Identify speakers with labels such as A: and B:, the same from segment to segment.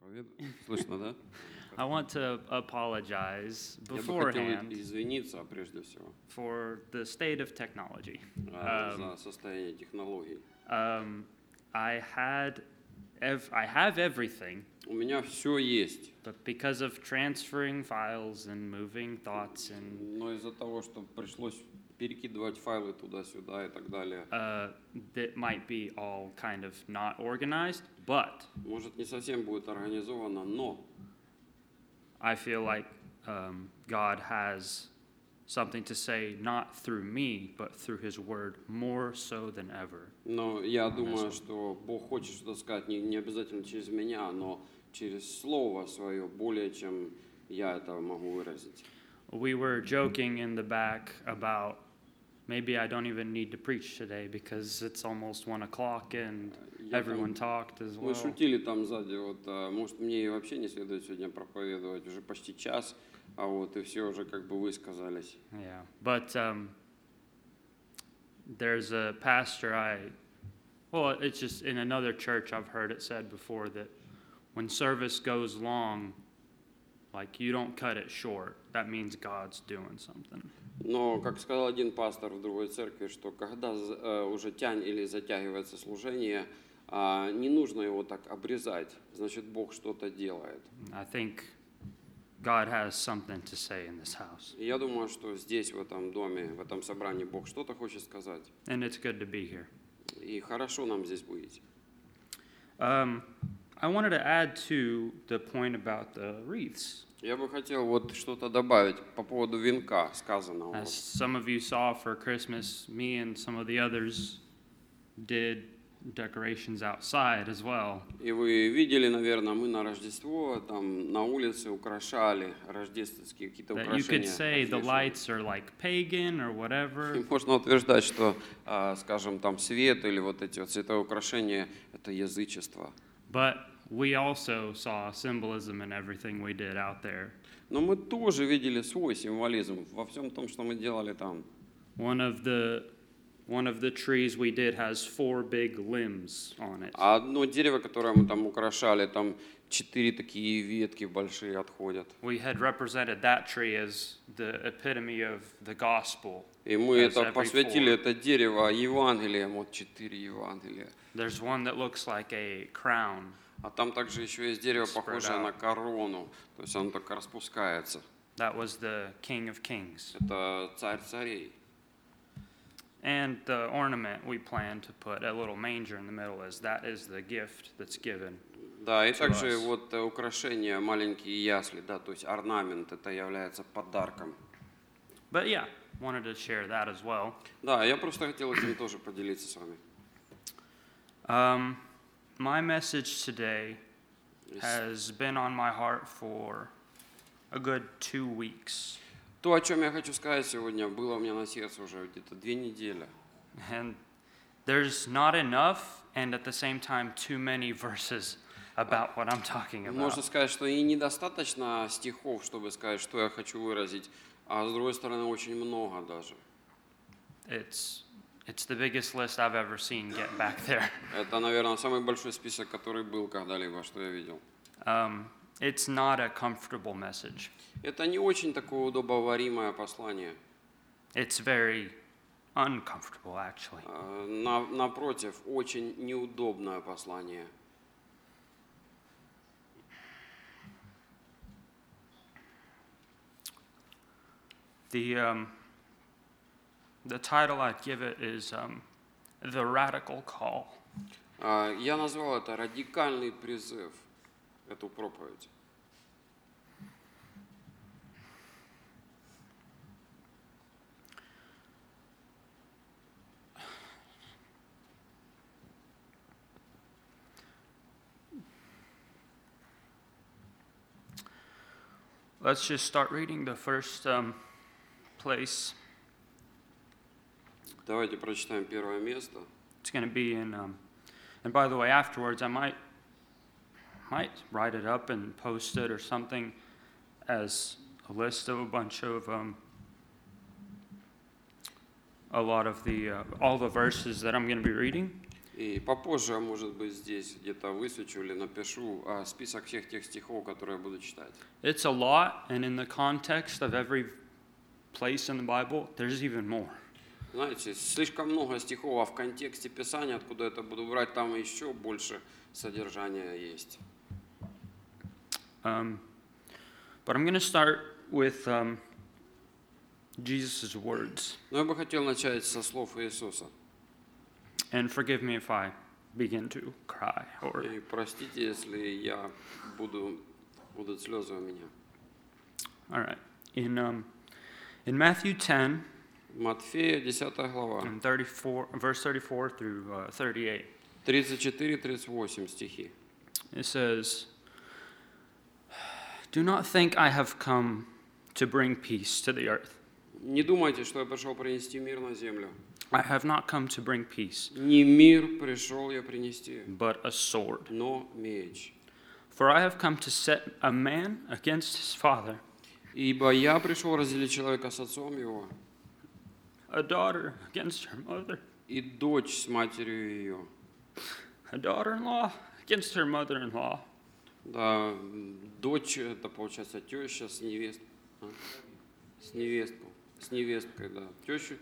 A: ну, Слышно, да?
B: I want to apologize
A: Я бы хотел
B: beforehand
A: извиниться, прежде всего,
B: for the state of technology.
A: а,
B: Um,
A: за состояние технологий.
B: Um, I had, ev- I have everything,
A: У меня все есть,
B: but because of transferring files and moving thoughts and
A: но из-за того, что пришлось перекидывать файлы туда-сюда и так далее,
B: uh, that might be all kind of not organized, but
A: может, не совсем будет организовано, но
B: I feel like um, God has something to say, not through me, but through His Word, more so than ever.
A: Но я думаю, что Бог хочет что-то сказать не, не обязательно через меня, но через Слово свое, более чем я это могу выразить.
B: We were joking in the back about maybe I don't even need to preach today because it's almost one o'clock and
A: Я
B: everyone
A: там-
B: talked as
A: Мы
B: well.
A: шутили там сзади, вот, а, может, мне и вообще не следует сегодня проповедовать, уже почти час, а вот и все уже как бы высказались.
B: Yeah, but um, there's a pastor I, well, it's just in another church I've heard it said before that when service goes long, like you don't cut it short. That means God's doing something.
A: Но, как сказал один пастор в другой церкви, что когда з- э, уже тянь или затягивается служение, а, не нужно его так обрезать, значит, Бог что-то делает.
B: I think God has something to say in this house,
A: И Я думаю, что здесь, в этом доме, в этом собрании Бог что-то хочет сказать.
B: and it's good to be here.
A: И хорошо нам здесь будет.
B: Um, I wanted to add to the point about the wreaths.
A: Я бы хотел вот что-то добавить по поводу венка сказанного.
B: As some of you saw for Christmas, me and some of the others did decorations outside as well.
A: И вы видели, наверное, мы на Рождество там на улице украшали рождественские какие-то
B: That you
A: украшения.
B: could say the
A: афиши.
B: lights are like pagan or
A: И
B: whatever.
A: можно утверждать, что, а, скажем, там свет или вот эти вот световые украшения – это язычество.
B: But we also saw symbolism in everything we did out there.
A: Но мы тоже видели свой символизм во всем том, что мы делали там.
B: One of the one of the trees we did has four big limbs on it.
A: А одно дерево, которое мы там украшали, там четыре такие ветки большие отходят.
B: We had represented that tree as the epitome of the gospel.
A: И мы
B: Yes,
A: это
B: every
A: посвятили
B: four.
A: это дерево Евангелием, вот четыре Евангелия.
B: There's one that looks like a crown.
A: А там также еще есть дерево,
B: Spread
A: похожее
B: out.
A: на корону, то есть оно так распускается.
B: That was the King of Kings.
A: Это царь царей.
B: And the ornament we plan to put a little manger in the middle is that is the gift that's given.
A: Да, и
B: To
A: также
B: us.
A: вот э, украшения, маленькие ясли, да, то есть орнамент, это является подарком.
B: But yeah, wanted to share that as well.
A: Да, я просто хотел этим тоже поделиться с вами.
B: Um, my message today
A: Yes.
B: has been on my heart for a good two weeks.
A: То, о чем я хочу сказать сегодня, было у меня на сердце уже где-то две недели.
B: And there's not enough, and at the same time, too many verses about what I'm talking about.
A: Можно сказать, что и недостаточно стихов, чтобы сказать, что я хочу выразить, а с другой стороны, очень много даже.
B: It's, it's the biggest list I've ever seen get back there.
A: Это, наверное, самый большой список, который был когда-либо, что я видел.
B: Um, it's not a comfortable message.
A: Это не очень такое удобоваримое послание.
B: It's very uncomfortable, actually.
A: А, на- напротив, очень неудобное послание.
B: The, um, the title I'd give it is um, The Radical Call.
A: А, я назвал это радикальный призыв, эту проповедь.
B: Let's just start reading the first um, place.
A: Давайте прочитаем первое место.
B: It's going to be in, um, and by the way, afterwards, I might, might write it up and post it or something as a list of a bunch of, um, a lot of the, uh, all the verses that I'm going to be reading.
A: И попозже, а может быть, здесь где-то высвечу или напишу а, список всех тех стихов, которые я буду читать.
B: It's a lot, and in the context of every place in the Bible, there's even more.
A: Знаете, слишком много стихов, а в контексте Писания, откуда это буду брать, там еще больше содержания есть.
B: Um, but I'm going to start with um, Jesus' words.
A: Но я бы хотел начать со слов Иисуса.
B: And forgive me if I begin to cry or
A: И простите, если я буду, будут слезы у меня.
B: All right. In um, in Matthew 10
A: Матфея, 10 глава,
B: and 34, verse 34 through uh, 38,
A: 34-38 стихи.
B: it says, "Do not think I have come to bring peace to the earth.
A: «Не думайте, что я пришел принести мир на землю.
B: I have not come to bring peace,
A: Не мир пришел я принести,
B: but a sword.
A: но меч.
B: For I have come to set a man against his father,
A: Ибо я пришел разделить человека с отцом его,
B: a daughter against her mother,
A: и дочь с матерью ее,
B: a daughter-in-law against her mother-in-law,
A: Да, м, дочь, это получается теща с невест, а? с невестку, с невесткой, да, тещу.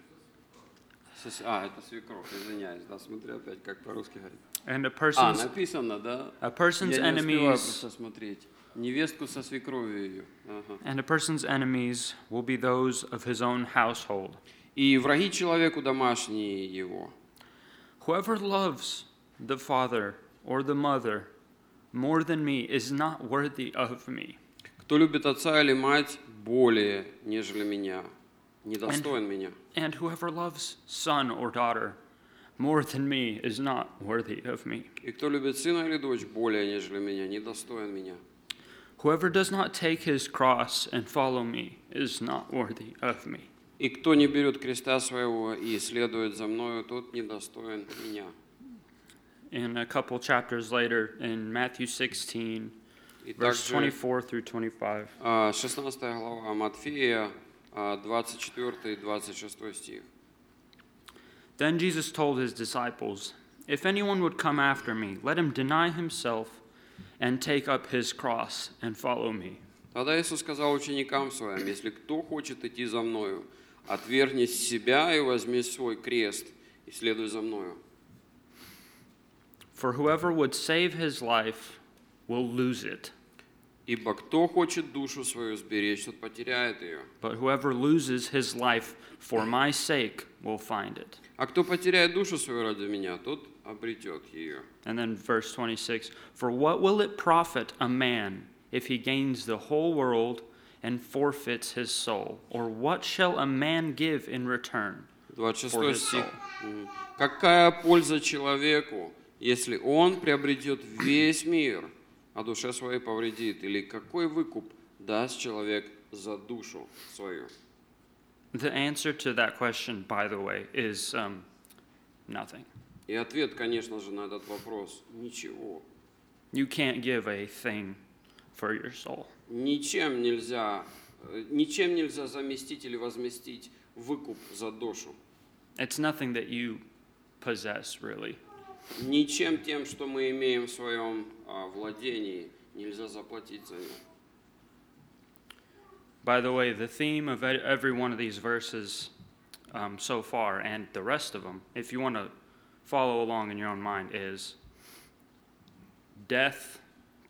A: Сос- А, это свекровь, извиняюсь, да, смотри опять, как по-русски говорит.
B: and a
A: А,
B: person's
A: написано, да?
B: a person's
A: Я не успеваю
B: enemies."
A: просто смотреть. Невестку со свекровью ее. Ага.
B: And a person's enemies will be those of his own household.
A: И враги человеку домашние его.
B: Whoever loves the father or the mother more than me is not worthy of me.
A: Кто любит отца или мать более, нежели меня, недостоин меня.
B: And whoever loves son or daughter more than me is not worthy of me.
A: И кто любит сына или дочь более, нежели меня, недостоин меня.
B: Whoever does not take his cross and follow me is not worthy of me.
A: И кто не берет креста своего и следует за мною, тот недостоин меня.
B: In a couple chapters later, in Matthew 16,
A: И
B: verse
A: также
B: 24 through 25.
A: а, 16 глава Матфея, а, 24-26 стих.
B: Then Jesus told his disciples, If anyone would come after me, let him deny himself and take up his cross and follow me.
A: Тогда Иисус сказал ученикам своим, если кто хочет идти за мною, отвергни себя и возьми свой крест и следуй за мною.
B: For whoever would save his life will lose it,
A: Ибо кто хочет душу свою сберечь, тот потеряет ее.
B: but whoever loses his life for my sake will find it.
A: А кто потеряет душу свою ради меня, тот обретет ее.
B: And then verse 26 For what will it profit a man if he gains the whole world and forfeits his soul? Or what shall a man give in return? for
A: 26
B: his
A: стих.
B: soul?
A: Мгм. Какая польза человеку, если он приобретет весь мир, а душе своей повредит? Или какой выкуп даст человек за душу свою?
B: The answer to that question, by the way, is um, nothing.
A: И ответ, конечно же, на этот вопрос – ничего.
B: You can't give a thing for your soul.
A: Ничем нельзя, э, ничем нельзя заместить или возместить выкуп за душу.
B: It's nothing that you possess, really.
A: Ничем тем, что мы имеем в своем а, владении, нельзя заплатить за него.
B: By the way, the theme of e- every one of these verses um, so far and the rest of them, if you want to follow along in your own mind, is death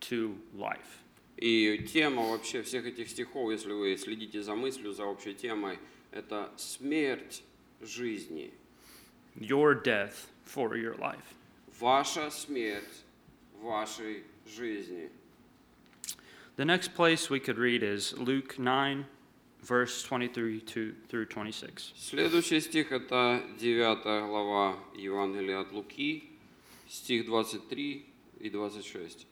B: to life.
A: И тема вообще всех этих стихов, если вы следите за мыслью, за общей темой, это смерть жизни.
B: Your death for your life.
A: Ваша смерть вашей жизни.
B: The next place we could read is Luke 9, verse 23 to, through 26.
A: Следующий стих – это 9 глава Евангелия от Луки, стих 23 и 26.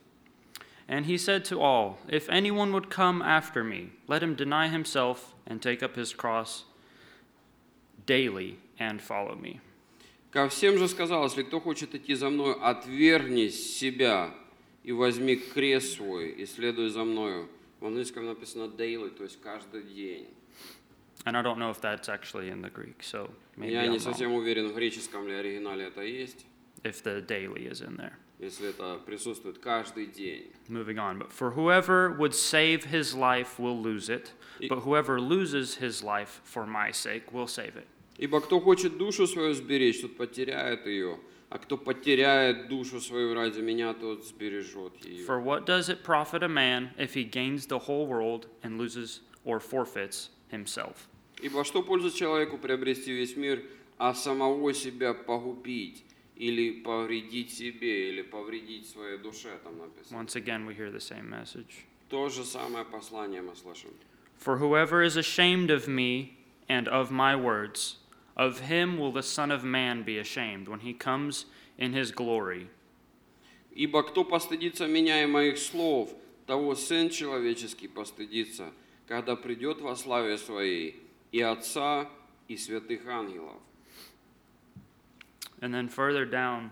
B: And he said to all, If anyone would come after me, let him deny himself and take up his cross daily and follow me.
A: «Ко всем же сказал, если кто хочет идти за мною, отвергни себя и возьми крест свой и следуй за мною». В английском написано «daily», то есть «каждый день».
B: And I don't know if that's actually in the Greek, so maybe
A: Я
B: I'm
A: не
B: wrong.
A: совсем уверен, в греческом ли оригинале это есть.
B: if the daily is in there.
A: если это присутствует каждый день.
B: Moving on, but for whoever would save his life will lose it, but whoever loses his life for my sake will save it.
A: Ибо кто хочет душу свою сберечь, тот потеряет ее, а кто потеряет душу свою ради меня, тот сбережет ее.
B: For what does it profit a man if he gains the whole world and loses or forfeits himself?
A: Ибо что польза человеку приобрести весь мир, а самого себя погубить или повредить себе, или повредить своей душе, там написано.
B: Once again, we hear the same message.
A: То же самое послание мы слышим.
B: For whoever is ashamed of me and of my words, of him will the Son of Man be ashamed when he comes in his glory.
A: Ибо кто постыдится меня и моих слов, того Сын Человеческий постыдится, когда придет во славе Своей и Отца, и святых ангелов.
B: And then further down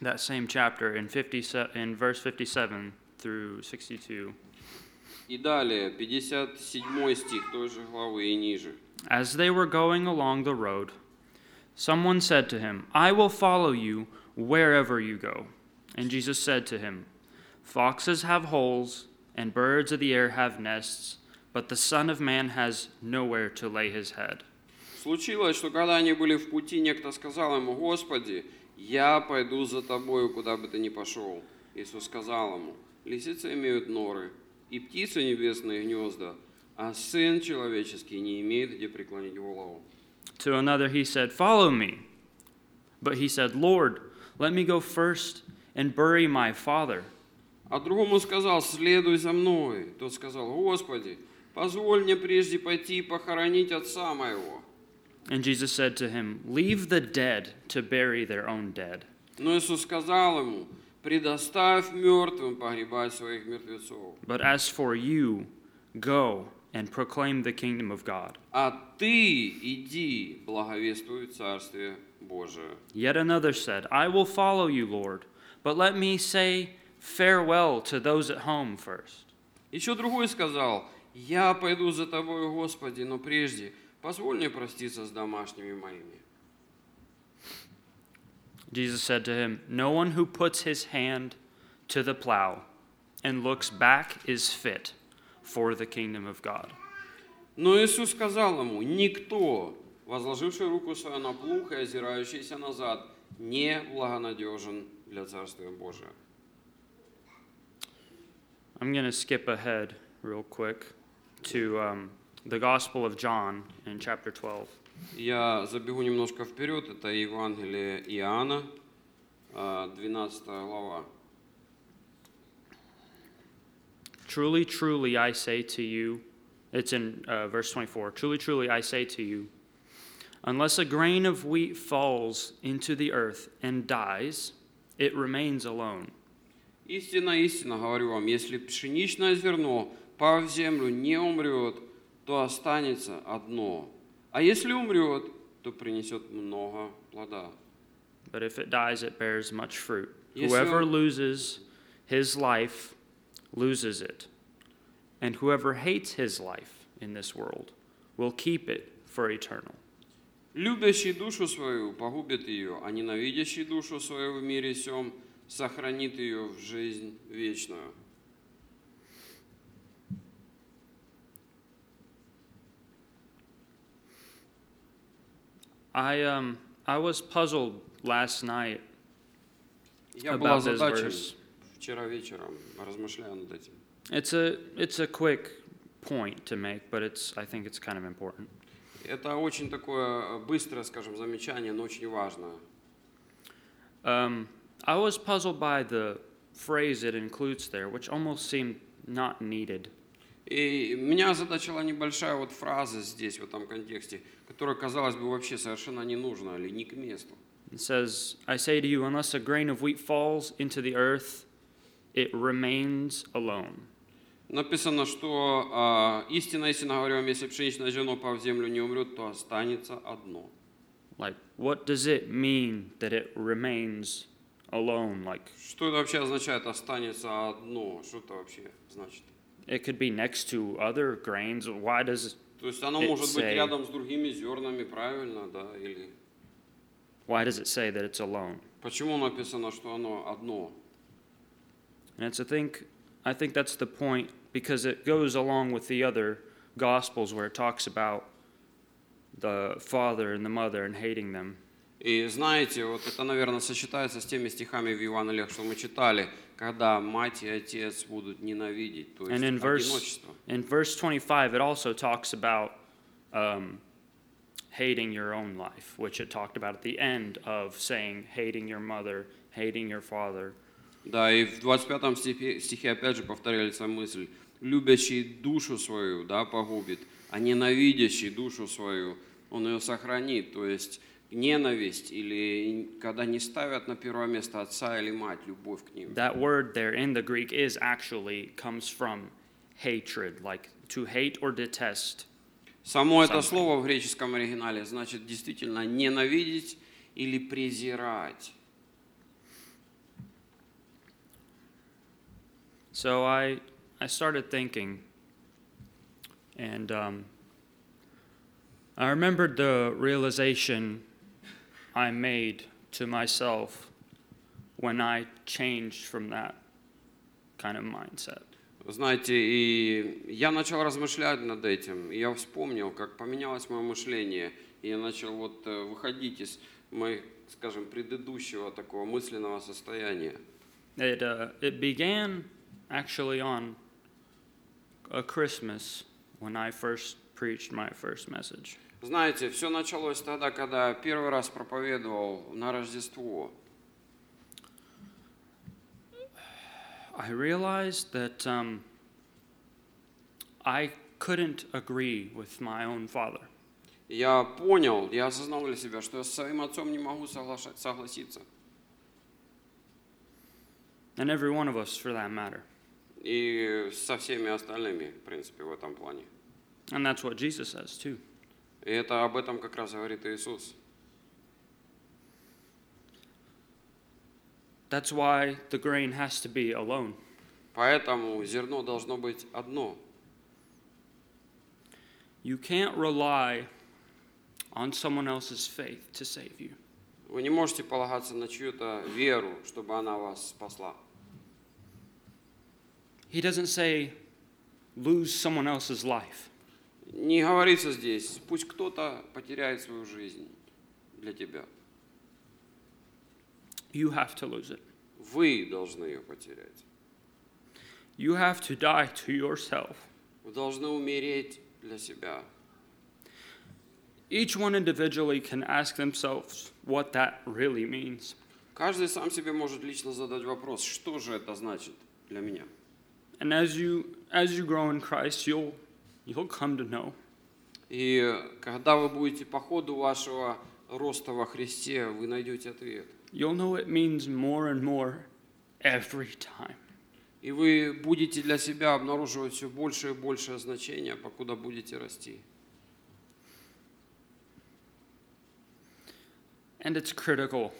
B: that same chapter in 50, in verse 57 through 62,
A: И далее, 57 стих той же главы и ниже.
B: As they were going along the road, someone said to him, I will follow you wherever you go. And Jesus said to him, Foxes have holes, and birds of the air have nests, but the Son of Man has nowhere to lay his head.
A: Случилось, что когда они были в пути, некто сказал ему, «Господи, я пойду за тобою, куда бы ты ни пошел». Иисус сказал ему, «Лисицы имеют норы, и птицы небесные гнезда, а Сын Человеческий не имеет, где преклонить голову».
B: To another he said, Follow me. But he said, Lord, let me go first and bury my father.
A: А другому сказал, «Следуй за мной». Тот сказал, «Господи, позволь мне прежде пойти и похоронить отца моего».
B: And Jesus said to him, Leave the dead to bury their own dead.
A: Но Иисус сказал ему, «Предоставь мертвым погребать своих мертвецов».
B: But as for you, go and proclaim the kingdom of God.
A: А ты иди, благовествуй Царствие Божие.
B: Yet another said, I will follow you, Lord, but let me say farewell to those at home first.
A: Еще другой сказал, я пойду за тобою, Господи, но прежде позволь мне проститься с домашними моими.
B: Jesus said to him, No one who puts his hand to the plow and looks back is fit for the kingdom of God.
A: Но Иисус сказал ему, никто, возложивший руку свою на плуг и озирающийся назад, не благонадежен для Царствия Божия.
B: I'm going to skip ahead real quick to um, the Gospel of John in chapter 12.
A: Я забегу немножко вперед, это Евангелие Иоанна, а, 12 глава.
B: Truly, truly, I say to you, it's in uh, verse 24. Truly, truly, I say to you, unless a grain of wheat falls into the earth and dies, it remains alone.
A: Истинно, истинно говорю вам, если пшеничное зерно, пав в землю, не умрет, то останется одно. А если умрет, то принесет много плода.
B: But if it dies, it bears much fruit.
A: Yes,
B: whoever
A: sir.
B: loses his life loses it. And whoever hates his life in this world will keep it for eternal.
A: Любящий душу свою погубит ее, а ненавидящий душу свою в мире сем сохранит ее в жизнь вечную.
B: I, um, I was puzzled last night
A: Я была
B: about this
A: задачей
B: verse.
A: вчера вечером, размышляя над этим.
B: It's a it's a quick point to make, but it's I think it's kind of important.
A: Это очень такое э, быстрое, скажем, замечание, но очень важное.
B: Um, I was puzzled by the phrase it includes there, which almost seemed not needed.
A: И меня задачила небольшая вот фраза здесь, в этом контексте, которая, казалось бы, вообще совершенно не нужна или не к месту.
B: It says, "I say to you, unless a grain of wheat falls into the earth, it remains alone."
A: Написано, что а, истина, истинно говорю вам, если пшеничное зерно по в землю не умрет, то останется одно.
B: Like, what does it mean that it remains alone? Like,
A: Что это вообще означает «останется одно»? Что это вообще значит?
B: it could be next to other grains. Why does
A: То есть оно
B: It
A: может быть
B: say-
A: рядом с другими зернами, правильно, да? Или
B: why does it say that it's alone?
A: Почему написано, что оно одно?
B: And it's I think I think that's the point because it goes along with the other gospels where it talks about the father and the mother and hating them.
A: И знаете, вот это, наверное, сочетается с теми стихами в Евангелиях, что мы читали, когда мать и отец будут ненавидеть, то есть
B: And in verse
A: одиночество.
B: in verse 25 it also talks about um, hating your own life, which it talked about at the end of saying hating your mother, hating your father.
A: Да, и в 25 стихе, стихе опять же повторяется мысль, любящий душу свою, да, погубит, а ненавидящий душу свою, он ее сохранит, то есть ненависть или когда не ставят на первое место отца или мать, любовь к ним.
B: That word there in the Greek is actually comes from hatred, like to hate or detest.
A: Само это
B: Сам.
A: слово в греческом оригинале значит действительно ненавидеть или презирать.
B: So I, I started thinking, and um, I remembered the realization I made to myself when I changed from that kind of mindset.
A: Знаете, и я начал размышлять над этим, и я вспомнил, как поменялось мое мышление, и я начал вот э, выходить из моих, скажем, предыдущего такого мысленного состояния.
B: It, uh, it began actually on a Christmas when I first preached my first message.
A: Знаете, все началось тогда, когда я первый раз проповедовал на Рождество.
B: I realized that um, I couldn't agree with my own father.
A: Я понял, я осознал для себя, что я со своим отцом не могу соглаша- согласиться.
B: and every one of us for that matter.
A: И со всеми остальными, в принципе, в этом плане.
B: And that's what Jesus says too.
A: И это об этом как раз говорит Иисус.
B: That's why the grain has to be alone.
A: Поэтому зерно должно быть одно –
B: You can't rely on someone else's faith to save you.
A: Вы не можете полагаться на чью-то веру, чтобы она вас спасла.
B: He doesn't say lose someone else's life.
A: Не говорится здесь, пусть кто-то потеряет свою жизнь для тебя.
B: You have to lose it.
A: Вы должны ее потерять.
B: You have to die to yourself.
A: Вы должны умереть для себя.
B: Each one individually can ask themselves what that really means.
A: Каждый сам себе может лично задать вопрос, что же это значит для меня.
B: And as you as you grow in Christ, you'll you'll come to know.
A: И когда вы будете по ходу вашего роста во Христе, вы найдете ответ.
B: You'll know it means more and more every time.
A: И вы будете для себя обнаруживать все больше и большее значение, покуда будете расти.
B: And it's critical.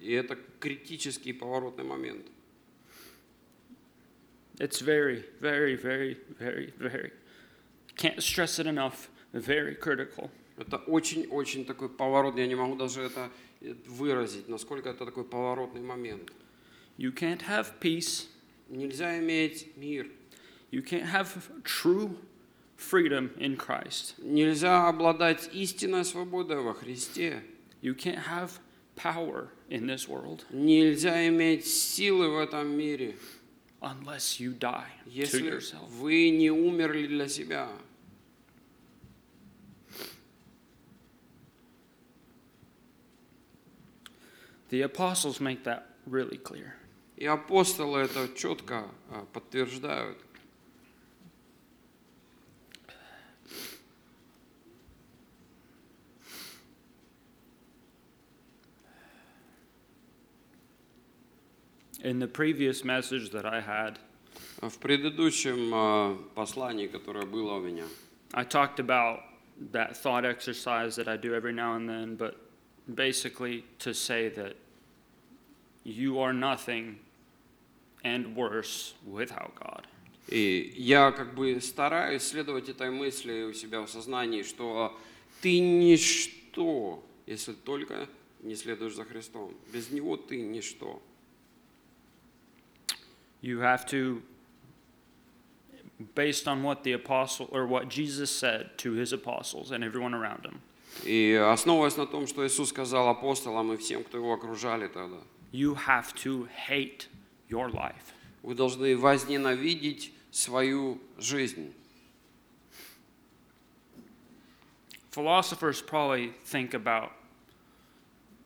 A: И это критический поворотный момент.
B: It's very, very, very, very, very, can't stress it enough, very critical.
A: Это очень-очень такой поворот, я не могу даже это э, выразить, насколько это такой поворотный момент.
B: You can't have peace,
A: Нельзя иметь мир,
B: you can't have true freedom in Christ,
A: нельзя обладать истинной свободой во Христе,
B: you can't have power in this world
A: нельзя иметь силы в этом мире,
B: unless you die to
A: если
B: yourself.
A: вы не умерли для себя.
B: The apostles make that really clear.
A: И апостолы это четко э, подтверждают.
B: In the previous message that I had,
A: В предыдущем э, послании, которое было у меня,
B: I talked about that thought exercise that I do every now and then, but basically to say that you are nothing and worse without God.
A: И я как бы стараюсь следовать этой мысли у себя в сознании, что ты ничто, если только не следуешь за Христом. Без Него ты ничто.
B: You have to, based on what the apostle or what Jesus said to his apostles and everyone around him,
A: И основываясь на том, что Иисус сказал апостолам и всем, кто его окружали тогда,
B: you have to hate your life.
A: вы должны возненавидеть свою жизнь.
B: Philosophers probably think about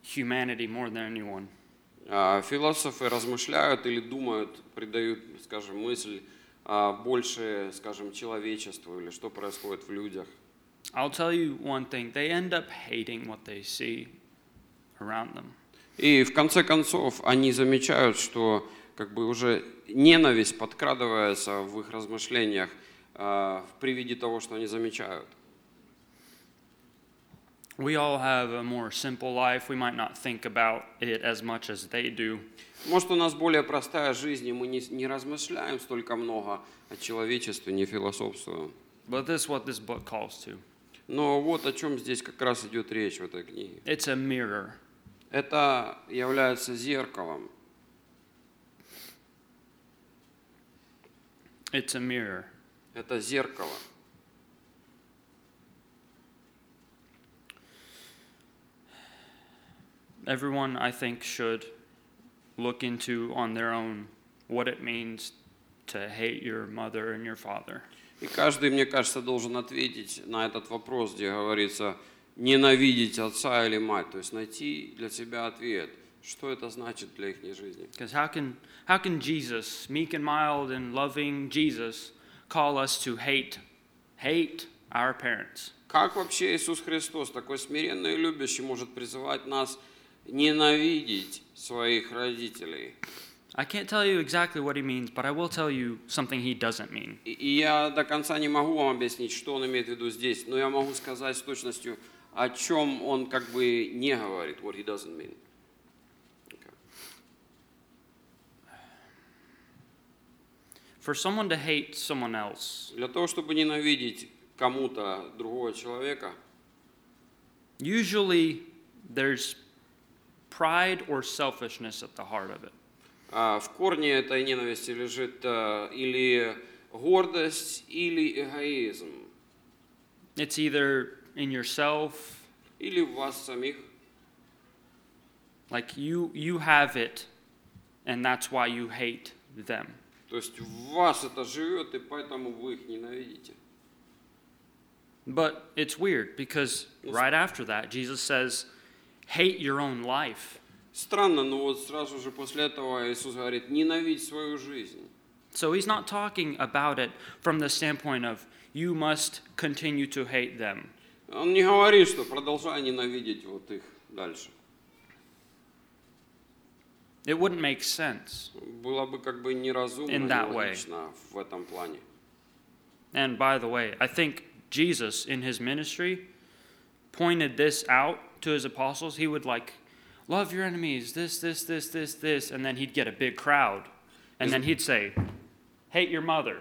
B: humanity more than anyone.
A: А, Философы размышляют или думают, придают, скажем, мысль а, больше, скажем, человечеству или что происходит в людях.
B: I'll tell you one thing they end up hating what they see around them.
A: И в конце концов они замечают, что как бы уже ненависть подкрадывается в их размышлениях а, при виде того, что они замечают.
B: We all have a more simple life. We might not think about it as much as they do.
A: Может, у нас более простая жизнь, и мы не, не размышляем столько много о человечестве, не философствуем.
B: But this is what this book calls to
A: Но вот о чем здесь как раз идет речь в этой книге.
B: it's a mirror.
A: Это является зеркалом.
B: It's a mirror.
A: Это зеркало.
B: Everyone, I think, should look into on their own what it means to hate your mother and your father.
A: И каждый, мне кажется, должен ответить на этот вопрос, где говорится ненавидеть отца или мать. То есть найти для себя ответ, что это значит для их жизни.
B: Because how can, how can Jesus, meek and mild and loving Jesus, call us to hate, hate our parents?
A: Как вообще Иисус Христос, такой смиренный и любящий, может призывать нас ненавидеть своих родителей?
B: I can't tell you exactly what he means, but I will tell you something he doesn't mean.
A: И, и я до конца не могу вам объяснить, что он имеет в виду здесь, но я могу сказать с точностью, о чем он как бы не говорит, what he doesn't mean.
B: For someone to hate someone else,
A: Для того, чтобы ненавидеть кому-то другого человека,
B: usually there's pride or selfishness at the heart of it.
A: а, в корне этой ненависти лежит а, или гордость, или эгоизм,
B: It's either in yourself,
A: или в вас самих.
B: like you you have it and that's why you hate them.
A: То есть в вас это живет, и поэтому вы их ненавидите.
B: But it's weird because right after that Jesus says hate your own life.
A: Странно, но вот сразу же после этого Иисус говорит, ненавидь свою жизнь.
B: So he's not talking about it from the standpoint of you must continue to hate them.
A: Он не говорит, что продолжай ненавидеть вот их дальше.
B: It wouldn't make sense.
A: Было бы как бы неразумно,
B: In that way.
A: нелогично в этом плане.
B: And by the way, I think Jesus in his ministry pointed this out to his apostles. He would like, love your enemies, this, this, this, this, this, and then he'd get a big crowd. And then he'd say, hate your mother.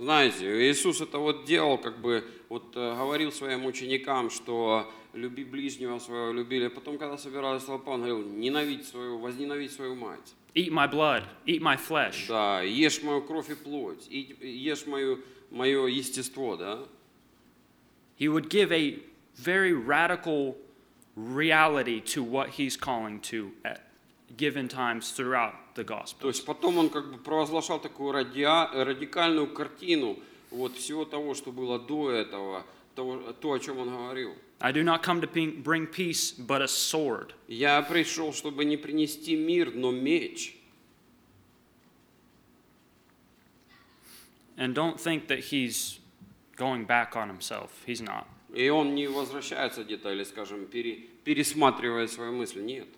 A: Знаете, Иисус это вот делал, как бы вот э, говорил своим ученикам, что люби ближнего своего, любили. Потом, когда собиралась толпа, он говорил, ненавидь свою, возненавидь свою мать.
B: Eat my blood, eat my flesh.
A: Да, ешь мою кровь и плоть, и ешь мою, мое естество, да.
B: He would give a very radical reality to what he's calling to at given times throughout the
A: То
B: gospel.
A: есть потом он как бы провозглашал такую радиа- радикальную картину вот всего того, что было до этого, того, то, о чем он говорил.
B: I do not come to be- bring peace, but a sword.
A: Я пришел, чтобы не принести мир, но меч.
B: And don't think that he's going back on himself. He's not.
A: И он не возвращается где-то или, скажем, пере- пересматривает свои мысли. Нет.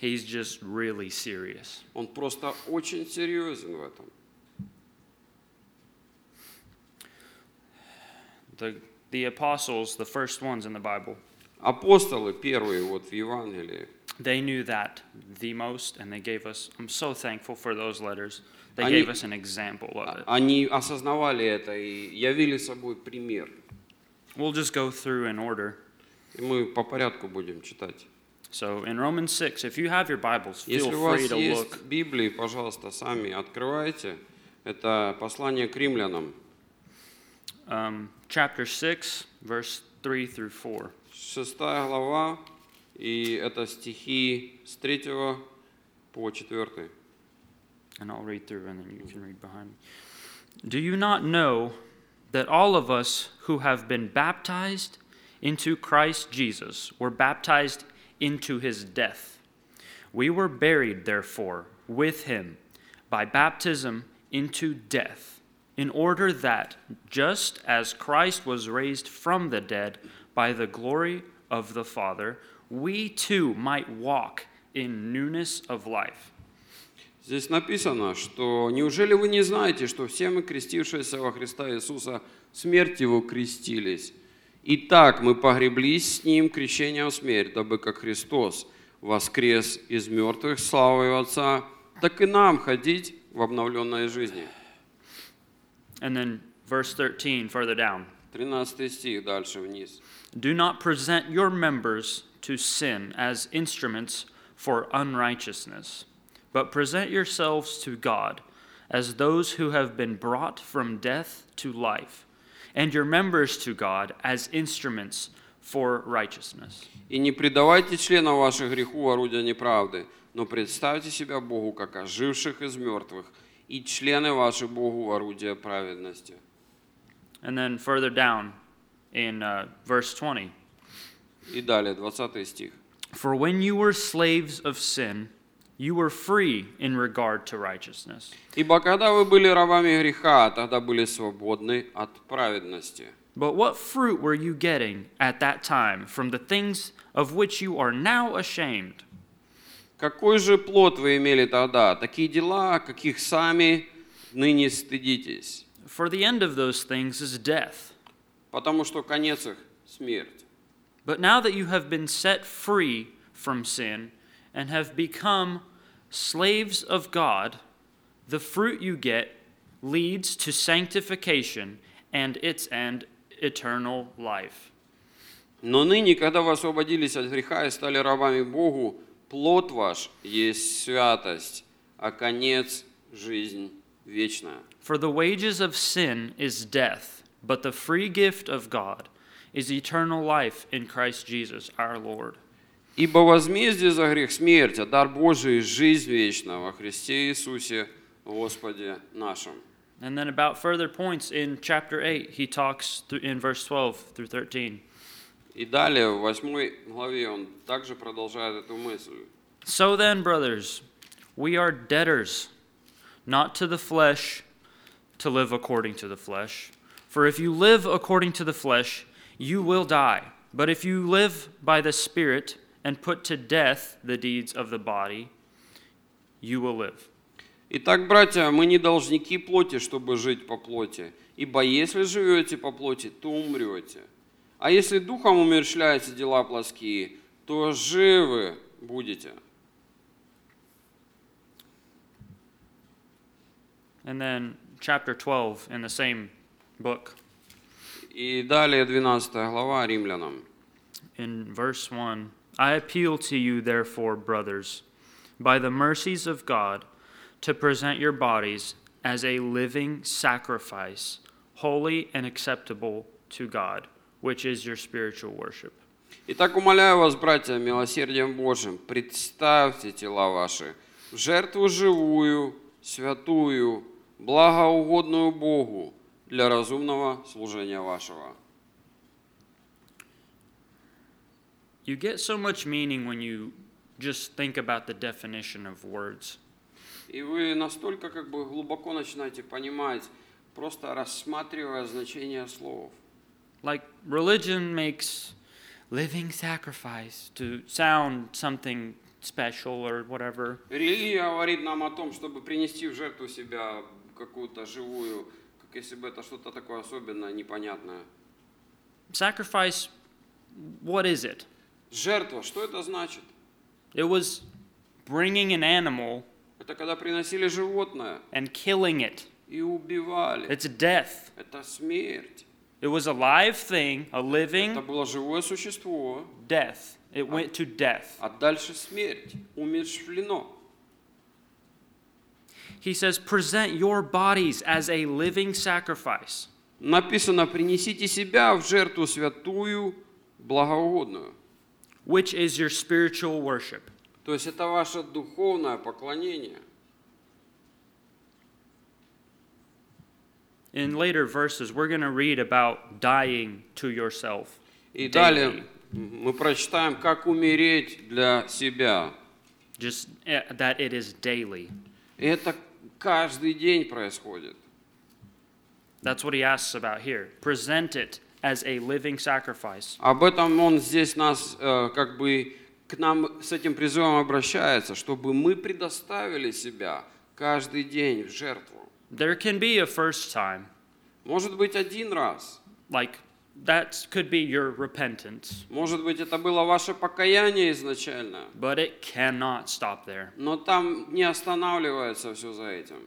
B: He's just really serious.
A: Он просто очень серьезен в этом.
B: The, the apostles, the first ones in the Bible,
A: Апостолы первые вот в Евангелии,
B: they knew that the most, and they gave us, I'm so thankful for those letters. They
A: Они-
B: gave us an example of it.
A: а, они осознавали это и явили собой пример.
B: We'll just go through in order.
A: И мы по порядку будем читать.
B: So in Romans 6, if you have your Bibles, feel
A: Если у вас
B: free to
A: есть
B: look.
A: Библии, пожалуйста, сами открывайте. Это послание к римлянам,
B: Um, chapter 6, verse 3 through 4.
A: 6 глава, и это стихи с 3 по 4.
B: And I'll read through and then you can read behind me. Do you not know that all of us who have been baptized into Christ Jesus were baptized into his death? We were buried, therefore, with him by baptism into death, in order that just as Christ was raised from the dead by the glory of the Father, we too might walk in newness of life.
A: Здесь написано, что неужели вы не знаете, что все мы, крестившиеся во Христа Иисуса, смерть Его крестились? Итак, мы погреблись с Ним крещением в смерть, дабы как Христос воскрес из мертвых славою Отца, так и нам ходить в обновленной жизни.
B: And then verse 13 further down
A: 13 стих дальше вниз.
B: Do not present your members to sin as instruments for unrighteousness, but present yourselves to God as those who have been brought from death to life, and your members to God as instruments for righteousness.
A: «И не предавайте членов ваших греху орудия неправды, но представьте себя Богу, как оживших из мертвых, и члены ваши Богу орудия праведности».
B: And then further down in uh, verse 20
A: И далее, 20 стих.
B: For when you were slaves of sin, you were free in regard to righteousness.
A: «Ибо когда вы были рабами греха, тогда были свободны от праведности.
B: But what fruit were you getting at that time from the things of which you are now ashamed?
A: Какой же плод вы имели тогда? Такие дела, каких сами ныне стыдитесь,
B: For the end of those things is death.
A: потому что конец их – смерть.
B: But now that you have been set free from sin and have become slaves of God, the fruit you get leads to sanctification and its end, eternal life.
A: Но ныне, когда вы освободились от греха и стали рабами Богу, плод ваш есть святость, а конец – жизнь вечная».
B: For the wages of sin is death, but the free gift of God is eternal life in Christ Jesus our Lord.
A: Ибо возмездие за грех – смерть, а дар Божий – жизнь вечная во Христе Иисусе, Господе нашим.
B: And then about further points in chapter 8, he talks through, in verse 12 through 13.
A: И далее, в 8 главе, он также продолжает эту мысль.
B: So then, brothers, we are debtors, not to the flesh, to live according to the flesh. For if you live according to the flesh, you will die. But if you live by the Spirit and put to death the deeds of the body, you will live.
A: «Итак, братья, мы не должники плоти, чтобы жить по плоти. Ибо если живете по плоти, то умрете. А если духом умерщвляете дела плоские, то живы будете».
B: And then, chapter 12 in the same book,
A: И далее 12 глава Римлянам.
B: in verse 1 I appeal to you, therefore, brothers, by the mercies of God, to present your bodies as a living sacrifice, holy and acceptable to God, which is your spiritual worship.
A: Итак, умоляю вас, братья, милосердием Божьим, представьте тела ваши в жертву живую, святую, благоугодную Богу для разумного служения вашего.
B: You get so much meaning when you just think about the definition of words.
A: И вы настолько как бы глубоко начинаете понимать, просто рассматривая значение слов.
B: Like, religion makes living sacrifice to sound something special or whatever.
A: Религия говорит нам о том, чтобы принести в жертву себя какую-то живую, как если бы это что-то такое особенное, непонятное.
B: Sacrifice, what is it?
A: Жертва, что это значит?
B: It was bringing an animal
A: Это когда приносили животное
B: and killing it. Э,
A: и убивали.
B: It's death.
A: Это смерть.
B: It It was a live thing, a
A: Это
B: living
A: было живое существо,
B: death. It went to death.
A: а дальше смерть, умершлено.
B: He says, present your bodies as a living sacrifice.
A: Написано, принесите себя в жертву святую, благоугодную.
B: which is your spiritual worship.
A: То есть это ваше духовное поклонение.
B: In later verses, we're going to read about dying to yourself.
A: И
B: daily.
A: далее мы прочитаем, как умереть для себя.
B: Just eh, that it is daily.
A: И это каждый день происходит.
B: That's what he asks about here. Present it as a living sacrifice.
A: Об этом он здесь нас э, как бы к нам с этим призывом обращается, чтобы мы предоставили себя каждый день в жертву.
B: There can be a first time,
A: Может быть, один раз.
B: like that could be your repentance,
A: Может быть, это было ваше покаяние изначально.
B: but it cannot stop there.
A: Но там не останавливается все за этим.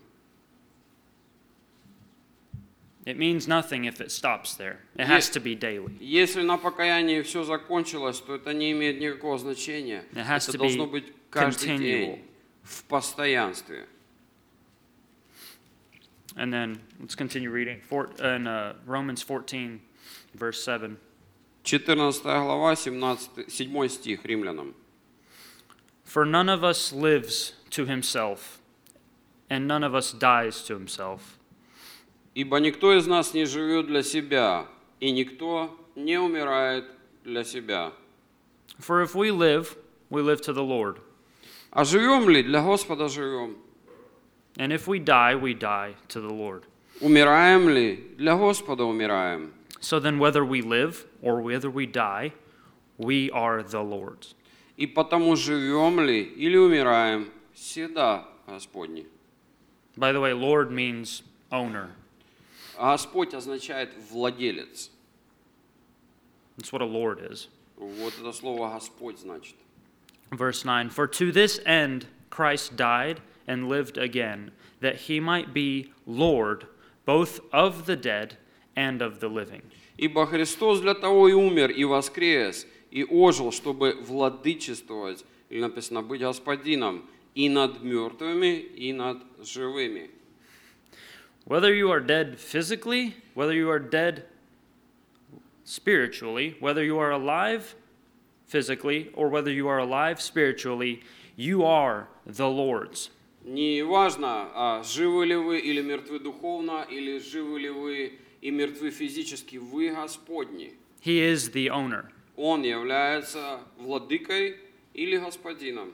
B: It means nothing if it stops there.
A: Ye-
B: It has to be daily.
A: Если на покаянии все закончилось, то это не имеет никакого значения.
B: It has to
A: Это
B: be
A: должно быть каждый
B: continual.
A: день в постоянстве.
B: And then let's continue reading. Four, in uh, Romans 14, verse 7.
A: 14 глава, 17, 7 стих римлянам.
B: For none of us lives to himself, and none of us dies to himself.
A: Ибо никто из нас не живет для себя, и никто не умирает для себя.
B: For if we live, we live to the Lord,
A: А живем ли? Для Господа живем.
B: and if we die, we die to the Lord.
A: Умираем ли? Для Господа умираем.
B: So then, whether we live or whether we die, we are the Lord's.
A: И потому живем ли или умираем, всегда Господни.
B: By the way, Lord means owner.
A: А Господь означает владелец.
B: That's what a Lord is.
A: Вот это слово Господь значит.
B: Verse 9 For to this end Christ died and lived again, that he might be Lord both of the dead and of the living.
A: Ибо Христос для того и умер, и воскрес, и ожил, чтобы владычествовать, или написано, быть господином, и над мертвыми, и над живыми.
B: Whether you are dead physically, whether you are dead spiritually, whether you are alive physically or whether you are alive spiritually, you are the Lord's.
A: Не важно, а, живы ли вы или мертвы духовно, или живы ли вы и мертвы физически, вы Господни.
B: He is the owner.
A: Он является владыкой или господином.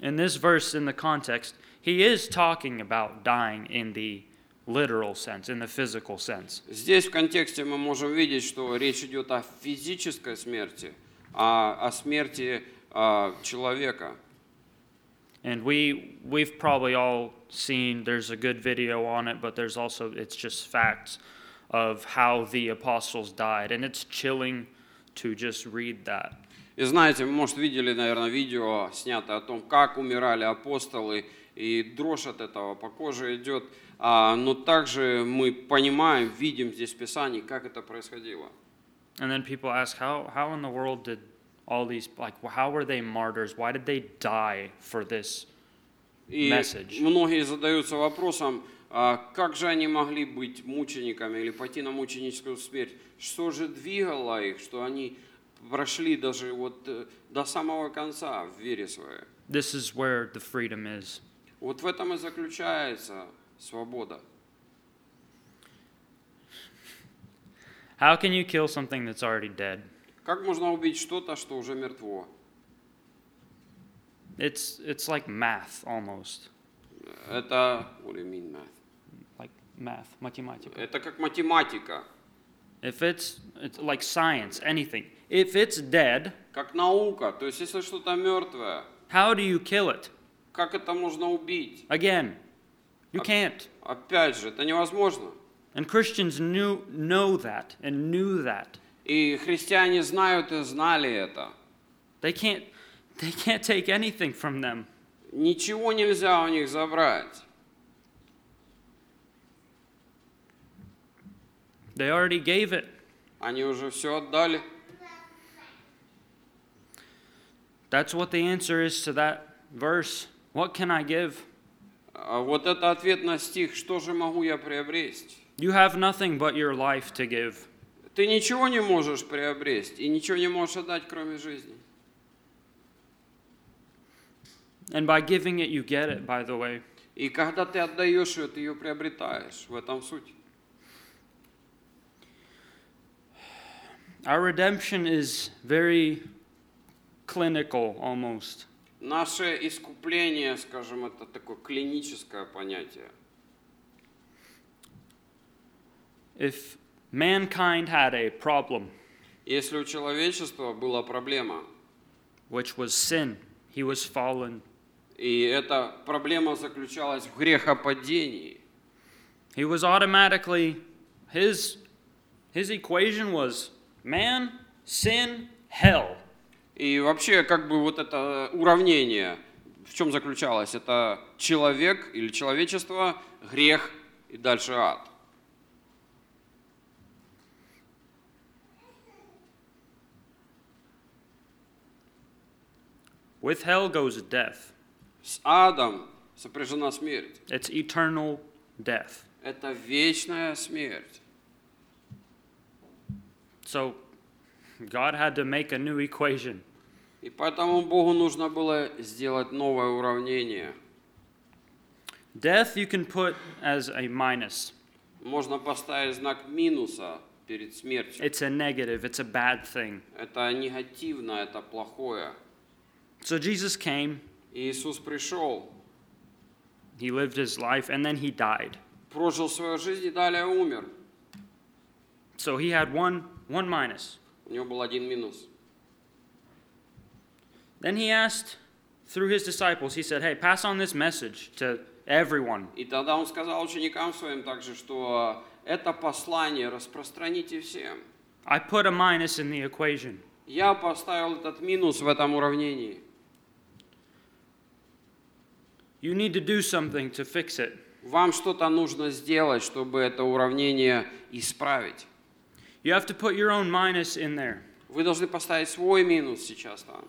B: In this verse, in the context, he is talking about dying in the literal sense, in the physical sense.
A: Здесь в контексте мы можем видеть, что речь идет о физической смерти, а о смерти а, человека.
B: And we we've probably all seen there's a good video on it, but there's also it's just facts of how the apostles died, and it's chilling to just read that.
A: И знаете, вы, может, видели, наверное, видео, снятое о том, как умирали апостолы, и дрожь от этого по коже идет. А, но также мы понимаем, видим здесь в Писании, как это происходило.
B: And then people ask how how in the world did all these like how were they martyrs? Why did they die for this?
A: И
B: Message.
A: многие задаются вопросом, а, как же они могли быть мучениками или пойти на мученическую смерть? Что же двигало их, что они прошли даже вот э, до самого конца в вере своей?
B: This is where the freedom is.
A: Вот в этом и заключается свобода.
B: How can you kill something that's already dead?
A: Как можно убить что-то, что уже мертво?
B: It's it's like math almost.
A: Это, what do you mean, math?
B: Like math, mathematical.
A: это как математика,
B: If it's, it's like science, anything, if it's dead,
A: как наука. То есть, если что-то мертвое,
B: how do you kill it?
A: как это можно убить?
B: Again, you can't.
A: Опять же, это невозможно.
B: And Christians knew know that and knew that.
A: И христиане знают и знали это.
B: They can't they can't take anything from them.
A: Ничего нельзя у них забрать.
B: They already gave it.
A: Они уже все отдали?
B: That's what the answer is to that verse. What can I give?
A: А вот это ответ на стих «Что же могу я приобрести?»
B: You have nothing but your life to give.
A: Ты ничего не можешь приобрести и ничего не можешь отдать, кроме жизни.
B: And by giving it, you get it, by the way.
A: И когда ты отдаешь ее, ты ее приобретаешь. В этом суть.
B: Our redemption is very clinical almost.
A: Наше искупление, скажем, это такое клиническое понятие.
B: If mankind had a problem,
A: Если у человечества была проблема,
B: which was sin, he was fallen,
A: и эта проблема заключалась в грехопадении,
B: he was automatically, his, his equation was man, sin, hell.
A: и вообще как бы вот это уравнение, в чем заключалось? Это человек или человечество, грех и дальше ад.
B: With hell goes death,
A: С адом сопряжена смерть.
B: it's eternal death.
A: Это вечная смерть.
B: So God had to make a new equation.
A: И поэтому Богу нужно было сделать новое уравнение.
B: Death you can put as a minus.
A: Можно поставить знак минуса перед смертью.
B: It's a negative, it's a bad thing.
A: Это негативно, это плохое.
B: So Jesus came,
A: И Иисус пришел,
B: he lived his life, and then he died.
A: прожил свою жизнь и далее умер.
B: So he had one one minus.
A: У него был один минус.
B: Then he asked through his disciples, he said, "Hey, pass on this message to everyone."
A: И тогда он сказал ученикам своим также, что это послание распространите всем.
B: I put a minus in the equation.
A: Я поставил этот минус в этом уравнении.
B: You need to do something to fix it.
A: Вам что-то нужно сделать, чтобы это уравнение исправить.
B: You have to put your own minus in there.
A: Вы должны поставить свой минус сейчас там.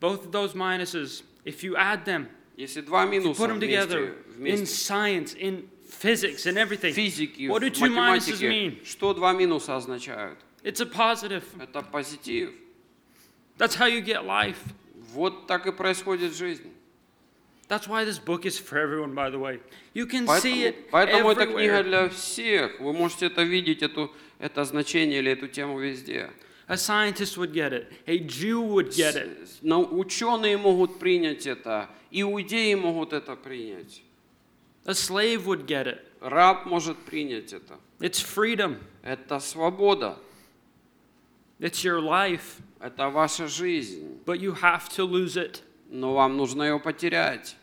B: Both of those minuses, if you add them,
A: Если два
B: you
A: минуса
B: put them together
A: вместе,
B: in
A: вместе
B: science, in physics, in
A: в
B: everything.
A: физике,
B: What do
A: в
B: two minuses
A: математике,
B: mean?
A: что два минуса означают?
B: It's a positive.
A: Это позитив.
B: That's how you get life.
A: Вот так и происходит жизнь.
B: That's why this book is for everyone, by the way. You can see
A: Поэтому,
B: it
A: поэтому эта книга
B: everywhere.
A: для всех. Вы можете это видеть, эту, это значение или эту тему везде.
B: A scientist would get it. A Jew would get it.
A: С- Но ученые могут принять это, иудеи могут это принять,
B: A slave would get it.
A: раб может принять это.
B: It's freedom.
A: Это свобода,
B: It's your life,
A: это ваша жизнь,
B: but you have to lose it.
A: но вам нужно ее потерять.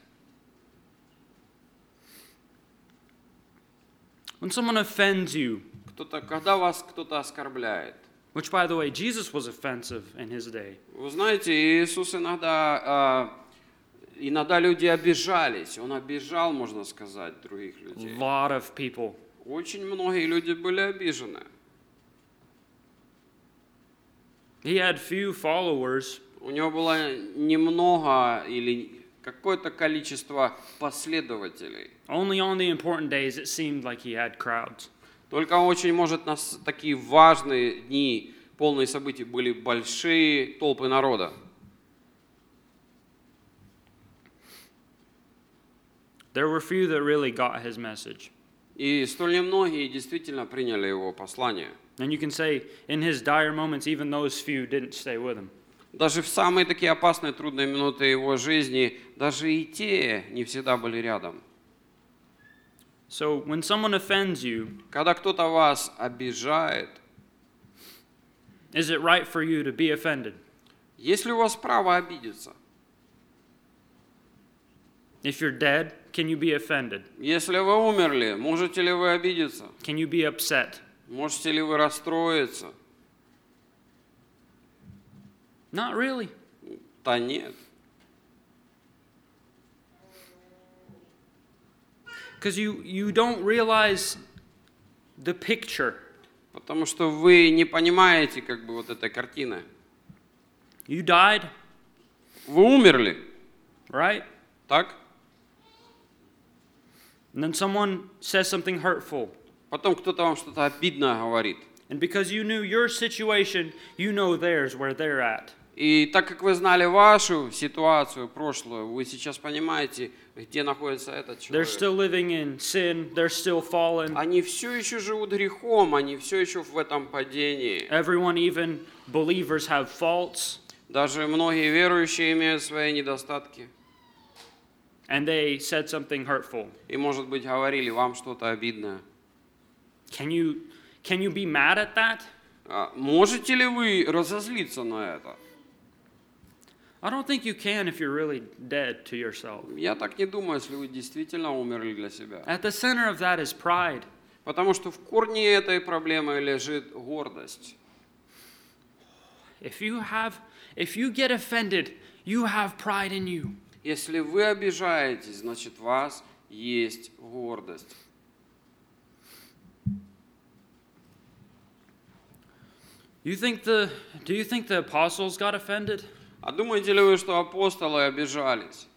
B: When someone offends you,
A: Кто-то, когда вас кто-то оскорбляет,
B: which by the way, Jesus was offensive in his day.
A: Вы знаете, Иисус иногда, а, иногда люди обижались. Он обижал, можно сказать, других
B: A
A: людей.
B: lot of people.
A: Очень многие люди были обижены.
B: He had few followers,
A: У него было немного или какое-то количество последователей.
B: Only on the important days it seemed like he had crowds.
A: Только очень, может, на с- такие важные дни, полные событий, были большие толпы народа.
B: There were few that really got his message.
A: И столь немногие действительно приняли его послание.
B: And you can say, in his dire moments, even those few didn't stay with him.
A: Даже в самые такие опасные, трудные минуты его жизни, даже и те не всегда были рядом.
B: So when someone offends you,
A: Когда кто-то вас обижает,
B: is it right for you to be offended?
A: есть ли у вас право обидеться?
B: If you're dead, can you be offended?
A: Если вы умерли, можете ли вы обидеться?
B: Can you be upset?
A: Можете ли вы расстроиться?
B: Not really.
A: Да нет.
B: Because you, you don't realize the picture.
A: Потому что вы не понимаете как бы вот этой картины.
B: You died,
A: Вы умерли,
B: right?
A: так?
B: And then someone says something hurtful.
A: Потом кто-то вам что-то обидное говорит.
B: And because you knew your situation, you know theirs, where they're at.
A: И так как вы знали вашу ситуацию прошлую, вы сейчас понимаете, где находится этот
B: They're
A: человек.
B: still living in sin, they're still fallen.
A: Они все еще живут грехом, они все еще в этом падении.
B: Everyone, even believers, have faults,
A: Даже многие верующие имеют свои недостатки.
B: and they said something hurtful.
A: И, может быть, говорили вам что-то обидное.
B: Can you, can you be mad at that?
A: А можете ли вы разозлиться на это?
B: I don't think you can if you're really dead to yourself.
A: Я так не думаю, если вы действительно умерли для себя.
B: At the center of that is pride.
A: Потому что в корне этой проблемы лежит гордость.
B: If you have if you get offended, you have pride in you.
A: Если вы обижаетесь, значит, у вас есть гордость.
B: You think the do you think the apostles got offended?
A: А думаете ли вы, что апостолы обижались?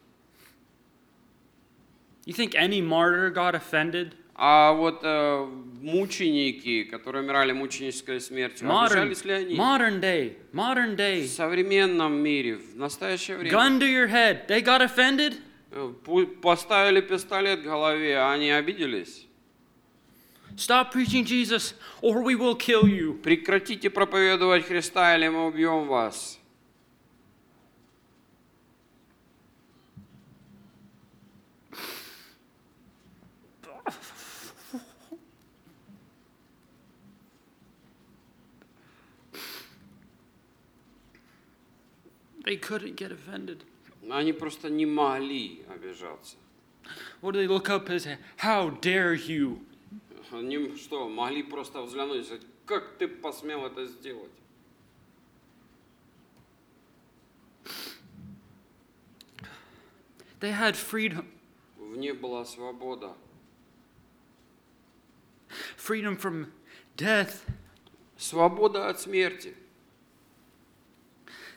B: You think any martyr got offended?
A: А вот э, мученики, которые умирали мученической смертью,
B: Modern
A: обижались ли они?
B: modern day, modern
A: В
B: day.
A: современном мире, в настоящее время,
B: Gun to your head. They got offended?
A: э, пу- поставили пистолет в голове, а они обиделись?
B: Stop preaching Jesus or we will kill you.
A: Прекратите проповедовать Христа, или мы убьем вас.
B: They couldn't get offended.
A: Они просто не могли обижаться.
B: What do they look up and say? How dare you?
A: Они что, могли просто взглянуть и сказать, как ты посмел это сделать?
B: They had freedom
A: В них была свобода,
B: freedom from death.
A: свобода от смерти.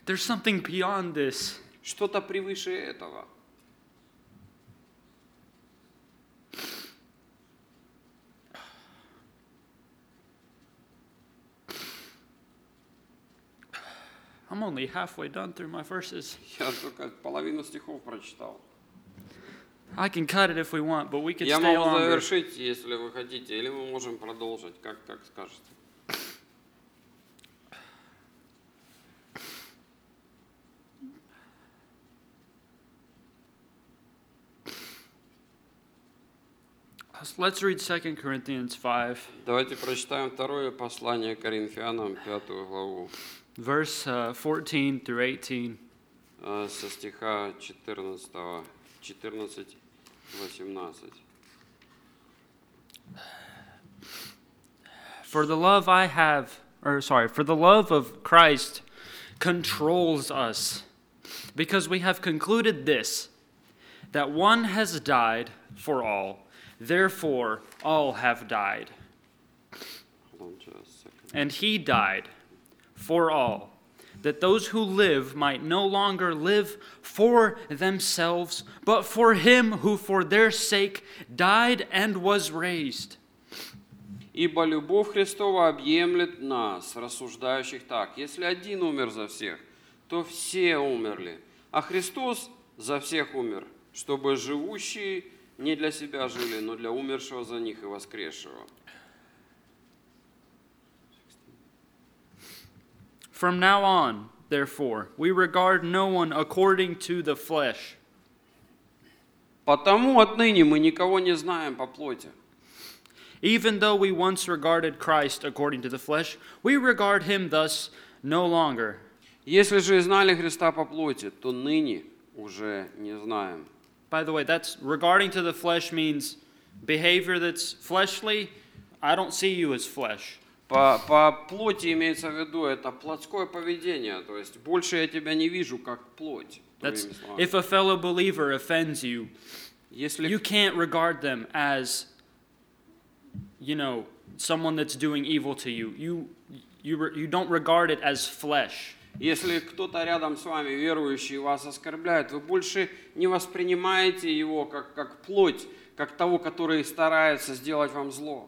B: There's something beyond this.
A: Что-то превыше этого.
B: I'm only halfway done through my verses.
A: Я только половину стихов прочитал.
B: I can cut it if we want, but we could
A: Я
B: stay
A: могу
B: longer.
A: завершить, если вы хотите, или мы можем продолжить, как, как скажете.
B: Uh, Let's read 2 Corinthians 5,
A: Давайте прочитаем второе послание Коринфянам, пятую главу,
B: verse uh, 14 through 18.
A: э, со стиха 14, 14, 18.
B: For the love I have, or sorry, for the love of Christ controls us, because we have concluded this that one has died for all, therefore all have died.
A: Hold on just a second.
B: And he died for all, that those who live might no longer live for themselves, but for him who for their sake died and was raised.
A: Ибо любовь Христова объемлет нас, рассуждающих так. Если один умер за всех, то все умерли. А Христос за всех умер, чтобы живущие не для себя жили, но для умершего за них и воскресшего.
B: From now on, therefore, we regard no one according to the flesh.
A: Потому отныне мы никого не знаем по плоти.
B: Even though we once regarded Christ according to the flesh, we regard him thus no longer.
A: Если же и знали Христа по плоти, то ныне уже не знаем.
B: By the way, that's regarding to the flesh means behavior that's fleshly. I don't see you as flesh.
A: По, по плоти имеется в виду это плотское поведение, то есть больше я тебя не вижу как плоть.
B: That's
A: другими словами.
B: if a fellow believer offends you,
A: Если
B: you can't regard them as you know, someone that's doing evil to you, you, you, re- you don't regard it as flesh.
A: Если кто-то рядом с вами, верующий, вас оскорбляет, вы больше не воспринимаете его как, как плоть, как того, который старается сделать вам зло.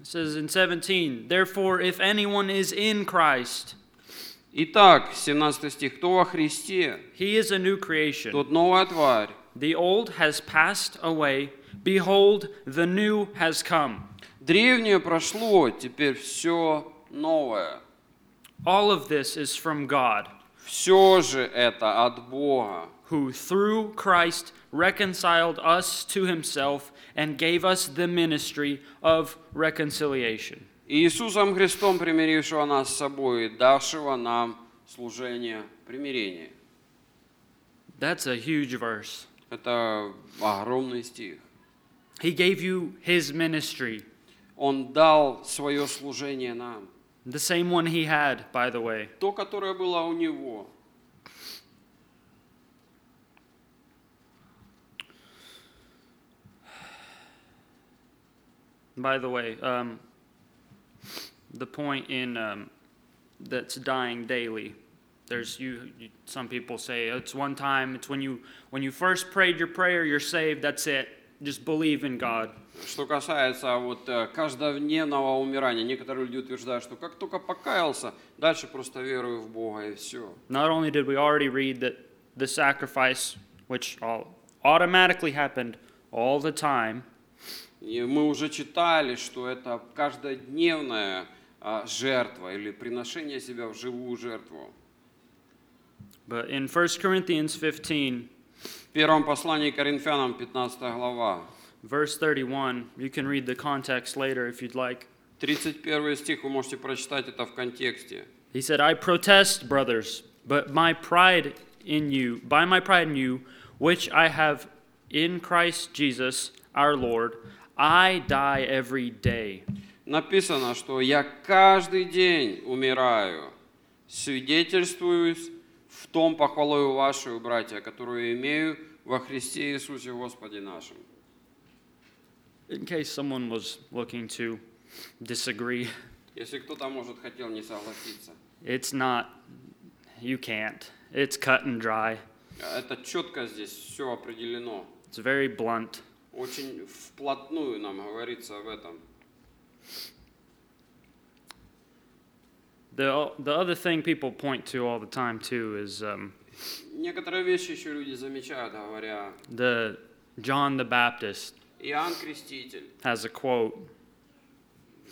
B: It says in 17, therefore, if anyone is in Christ,
A: Итак, 17 стих. Кто во Христе,
B: he is a new creation.
A: тот новая тварь.
B: The old has passed away. Behold, the new has come.
A: Древнее прошло, теперь все новое.
B: All of this is from God,
A: Все же это от Бога,
B: who through Christ reconciled us to himself and gave us the ministry of reconciliation.
A: Иисусом Христом, примирившего нас с собой, и давшего нам служение примирения.
B: That's a huge verse.
A: Это огромный стих.
B: He gave you his ministry,
A: Он дал свое служение нам.
B: the same one he had, by the way.
A: То, которое было у него.
B: By the way, um, the point in um, that's dying daily. There's you, you. Some people say it's one time. It's when you when you first prayed your prayer, you're saved. That's it. Just believe in God.
A: Что касается вот э, каждодневного умирания, некоторые люди утверждают, что как только покаялся, дальше просто верую в Бога и все.
B: Not only did we already read that the sacrifice, which all automatically happened all the time,
A: И мы уже читали, что это каждодневная а, жертва или приношение себя в живую жертву.
B: but in 1 Corinthians 15,
A: В первом послании к Коринфянам, 15 глава,
B: verse 31, you can read the context later if you'd like.
A: 31 стих, вы можете прочитать это в контексте.
B: He said, I protest, brothers, but my pride in you, by my pride in you, which I have in Christ Jesus our Lord, I die every day.
A: Написано, что я каждый день умираю, свидетельствуюсь в том похвалою вашей, братья, которую имею во Христе Иисусе Господе нашим.
B: In case someone was looking to disagree,
A: Если кто-то, может, хотел не согласиться.
B: it's not, you can't. It's cut and dry,
A: Это четко здесь все определено.
B: it's very blunt.
A: Очень вплотную нам говорится об этом.
B: The, the other thing people point to all the time, too, is um,
A: Некоторые вещи еще люди замечают, говоря,
B: the John the Baptist
A: Иоанн Креститель
B: has a quote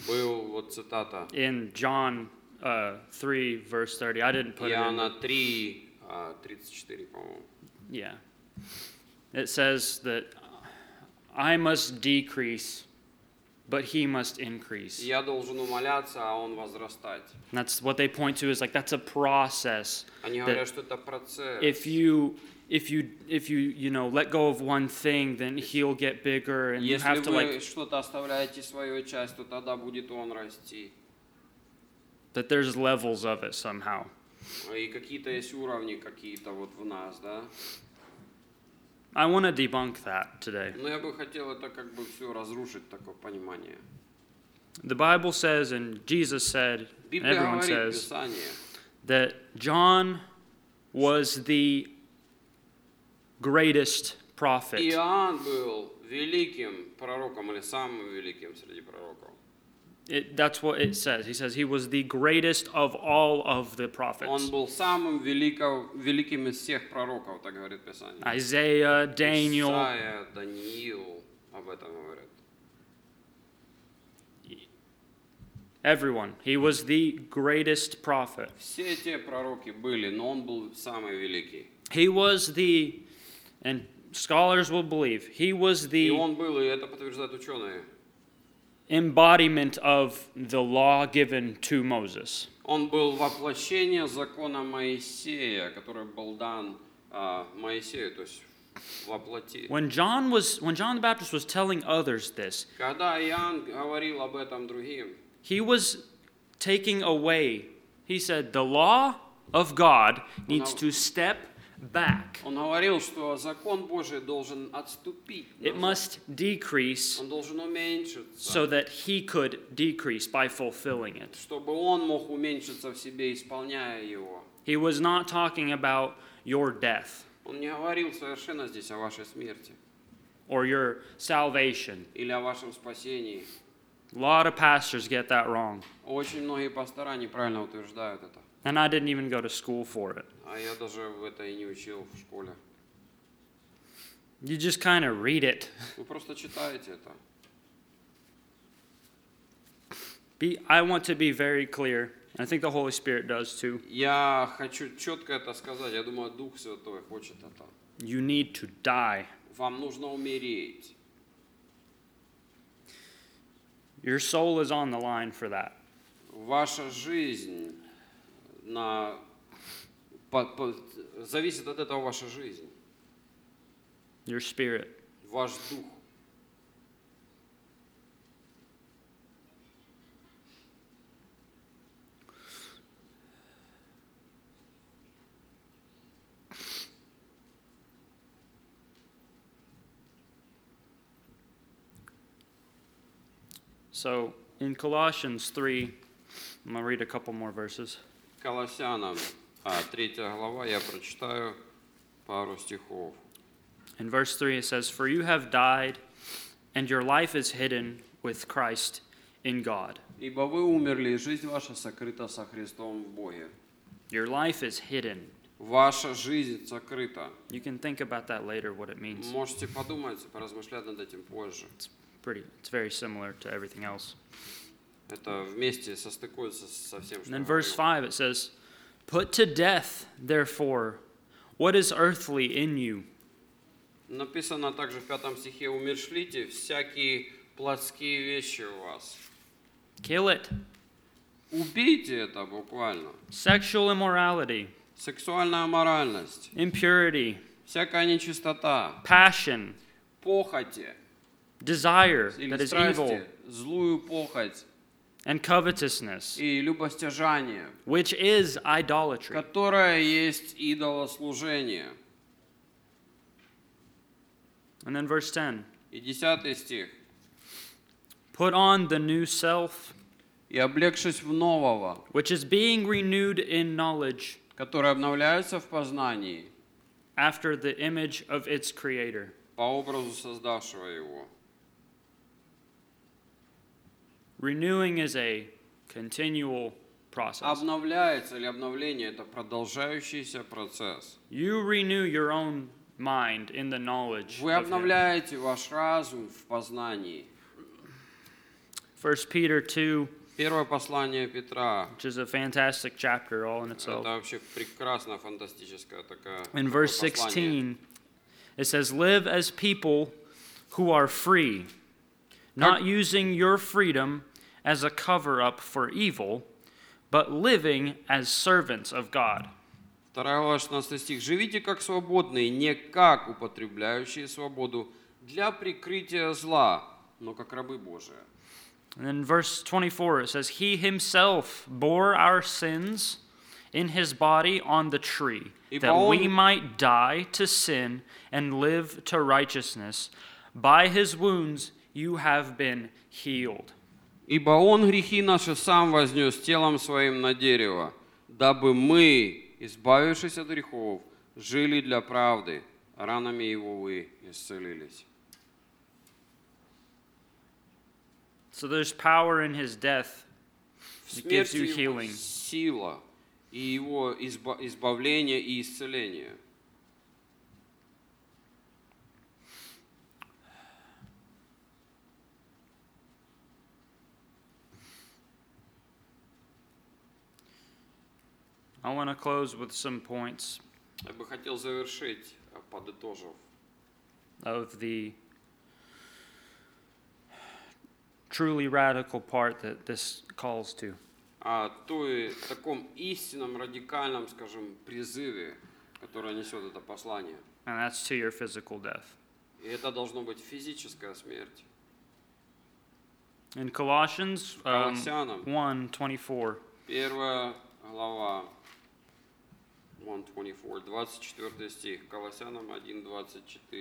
A: был, вот цитата,
B: in John uh, 3, verse 30. I didn't put it in.
A: Иоанна 3, а, 34, по-моему.
B: Yeah. It says that I must decrease, but he must increase.
A: Я должен умоляться, а он возрастать.
B: And that's what they point to is like that's a process.
A: Они
B: Да.
A: говорят, что это процесс.
B: If you if you if you you know let go of one thing, then he'll get bigger and you
A: Если
B: have to
A: вы
B: like
A: что-то оставляете свою часть, то тогда будет он расти.
B: that there's levels of it somehow.
A: И какие-то есть уровни какие-то вот в нас, да.
B: I want to debunk that today.
A: Но я бы хотел это как бы все разрушить, такое понимание.
B: The Bible says and Jesus said, and
A: Библия
B: everyone
A: говорит,
B: says
A: Писание,
B: that John was the greatest prophet.
A: Иоанн был великим пророком или самым великим среди пророков.
B: It, that's what it says. He says he was the greatest of all of the
A: Он
B: prophets.
A: был самым великов- великим из всех пророков, так говорит Писание.
B: Isaiah, Daniel,
A: Исайя, Даниил об этом говорят.
B: everyone. He was the greatest prophet.
A: Все те пророки были, но он был самый великий.
B: He was the, and scholars will believe, he was
A: И
B: the
A: он был, и это подтверждают ученые.
B: embodiment of the law given to Moses.
A: Он был воплощение закона Моисея, который был дан а, Моисею, то есть воплоти.
B: When John was, when John the Baptist was telling others this,
A: Когда Иоанн говорил об этом другим,
B: He was taking away, he said, the law of God needs to step
C: back.
A: Он говорил, что закон Божий должен отступить,
B: It
A: назад.
B: must decrease
A: он должен уменьшиться,
B: so that he could decrease by fulfilling it.
A: чтобы он мог уменьшиться в себе, исполняя его.
B: He was not talking about your death
A: Он не говорил совершенно здесь о вашей смерти
B: or your salvation.
A: или о вашем спасении.
B: A lot of pastors get that wrong,
A: Очень многие пастора неправильно утверждают это.
B: and I didn't even go to school for it.
A: А я даже в это и не учил в школе.
B: You just kind of read it.
A: Вы просто читаете это.
B: Be, I want to be very clear. and I think the Holy Spirit does too.
A: Я хочу четко это сказать. Я думаю, Дух Святой хочет это.
B: You need to die.
A: Вам нужно умереть.
B: Your soul is on the line for that.
A: Ваша жизнь на... по- по- зависит от этого ваша жизнь,
B: Your spirit.
A: ваш дух.
B: So in Colossians 3, I'm going to read a couple more verses.
A: Колоссянам, а, 3 глава, я прочитаю пару стихов.
B: In verse 3, it says, For you have died, and your life is hidden with Christ in God.
A: «Ибо вы умерли, и жизнь ваша сокрыта со Христом в Боге».
B: Your life is hidden.
A: Ваша жизнь сокрыта.
B: You can think about that later, what it means.
A: Можете подумать, поразмышлять над этим позже.
B: Pretty, it's very similar to everything else.
A: Это вместе состыкуется со всем, что
B: And then
A: я
B: verse
A: говорил.
B: 5, it says, Put to death, therefore, what is earthly in you
A: Написано также в пятом стихе, «Умершлите всякие плотские вещи у вас».
B: Kill it.
A: Убейте это буквально.
B: Sexual immorality,
A: Сексуальная моральность,
B: impurity,
A: всякая нечистота,
B: passion,
A: похоти
B: desire
A: или
B: that is evil,
A: страсти, злую похоть
B: and covetousness,
A: и любостяжание,
B: which is idolatry.
A: которая есть идолослужение.
B: And then verse 10
A: И десятый стих.
B: Put on the new self,
A: «И облегшись в нового,
B: which is being renewed in knowledge
A: которые обновляются в познании
B: after the image of its creator.
A: по образу создавшего его».
B: Renewing is a continual process.
A: Обновляется или обновление – это продолжающийся процесс.
B: You renew your own mind in the knowledge.
A: Вы
B: of Him.
A: обновляете ваш разум в познании.
B: 1 Peter 2,
A: Первое послание Петра.
B: which is a fantastic chapter all in
A: Это
B: itself.
A: вообще прекрасно фантастическая такая.
B: In
A: такое
B: verse
A: послание.
B: 16, it says, Live as people who are free, not using your freedom as a cover up for evil, but living as servants of God.
A: Вторая глава, 16 стих. «Живите как свободные, не как употребляющие свободу для прикрытия зла, но как рабы Божии».
B: And in verse 24, it says, He himself bore our sins in his body on the tree,
A: If
B: that we
A: only-
B: might die to sin and live to righteousness. By his wounds you have been healed.
A: Ибо Он грехи наши сам вознес телом своим на дерево, дабы мы, избавившись от грехов, жили для правды, ранами Его вы исцелились.
B: So there's power in his death.
A: В
B: It gives
A: смерти
B: you
A: Его
B: healing.
A: сила и Его изба- избавление и исцеление.
B: I want to close with some points
A: Я бы хотел завершить, э, подытожив,
B: of the truly radical part that this calls to.
A: о той, таком истинном, радикальном, скажем, призыве, который несет это послание.
B: And that's to your physical death.
A: И это должно быть физическая смерть.
B: In Colossians um,
A: Colossianum.
B: 1 24,
A: Первая глава, 124, 24 стих, Колоссянам 1, 24.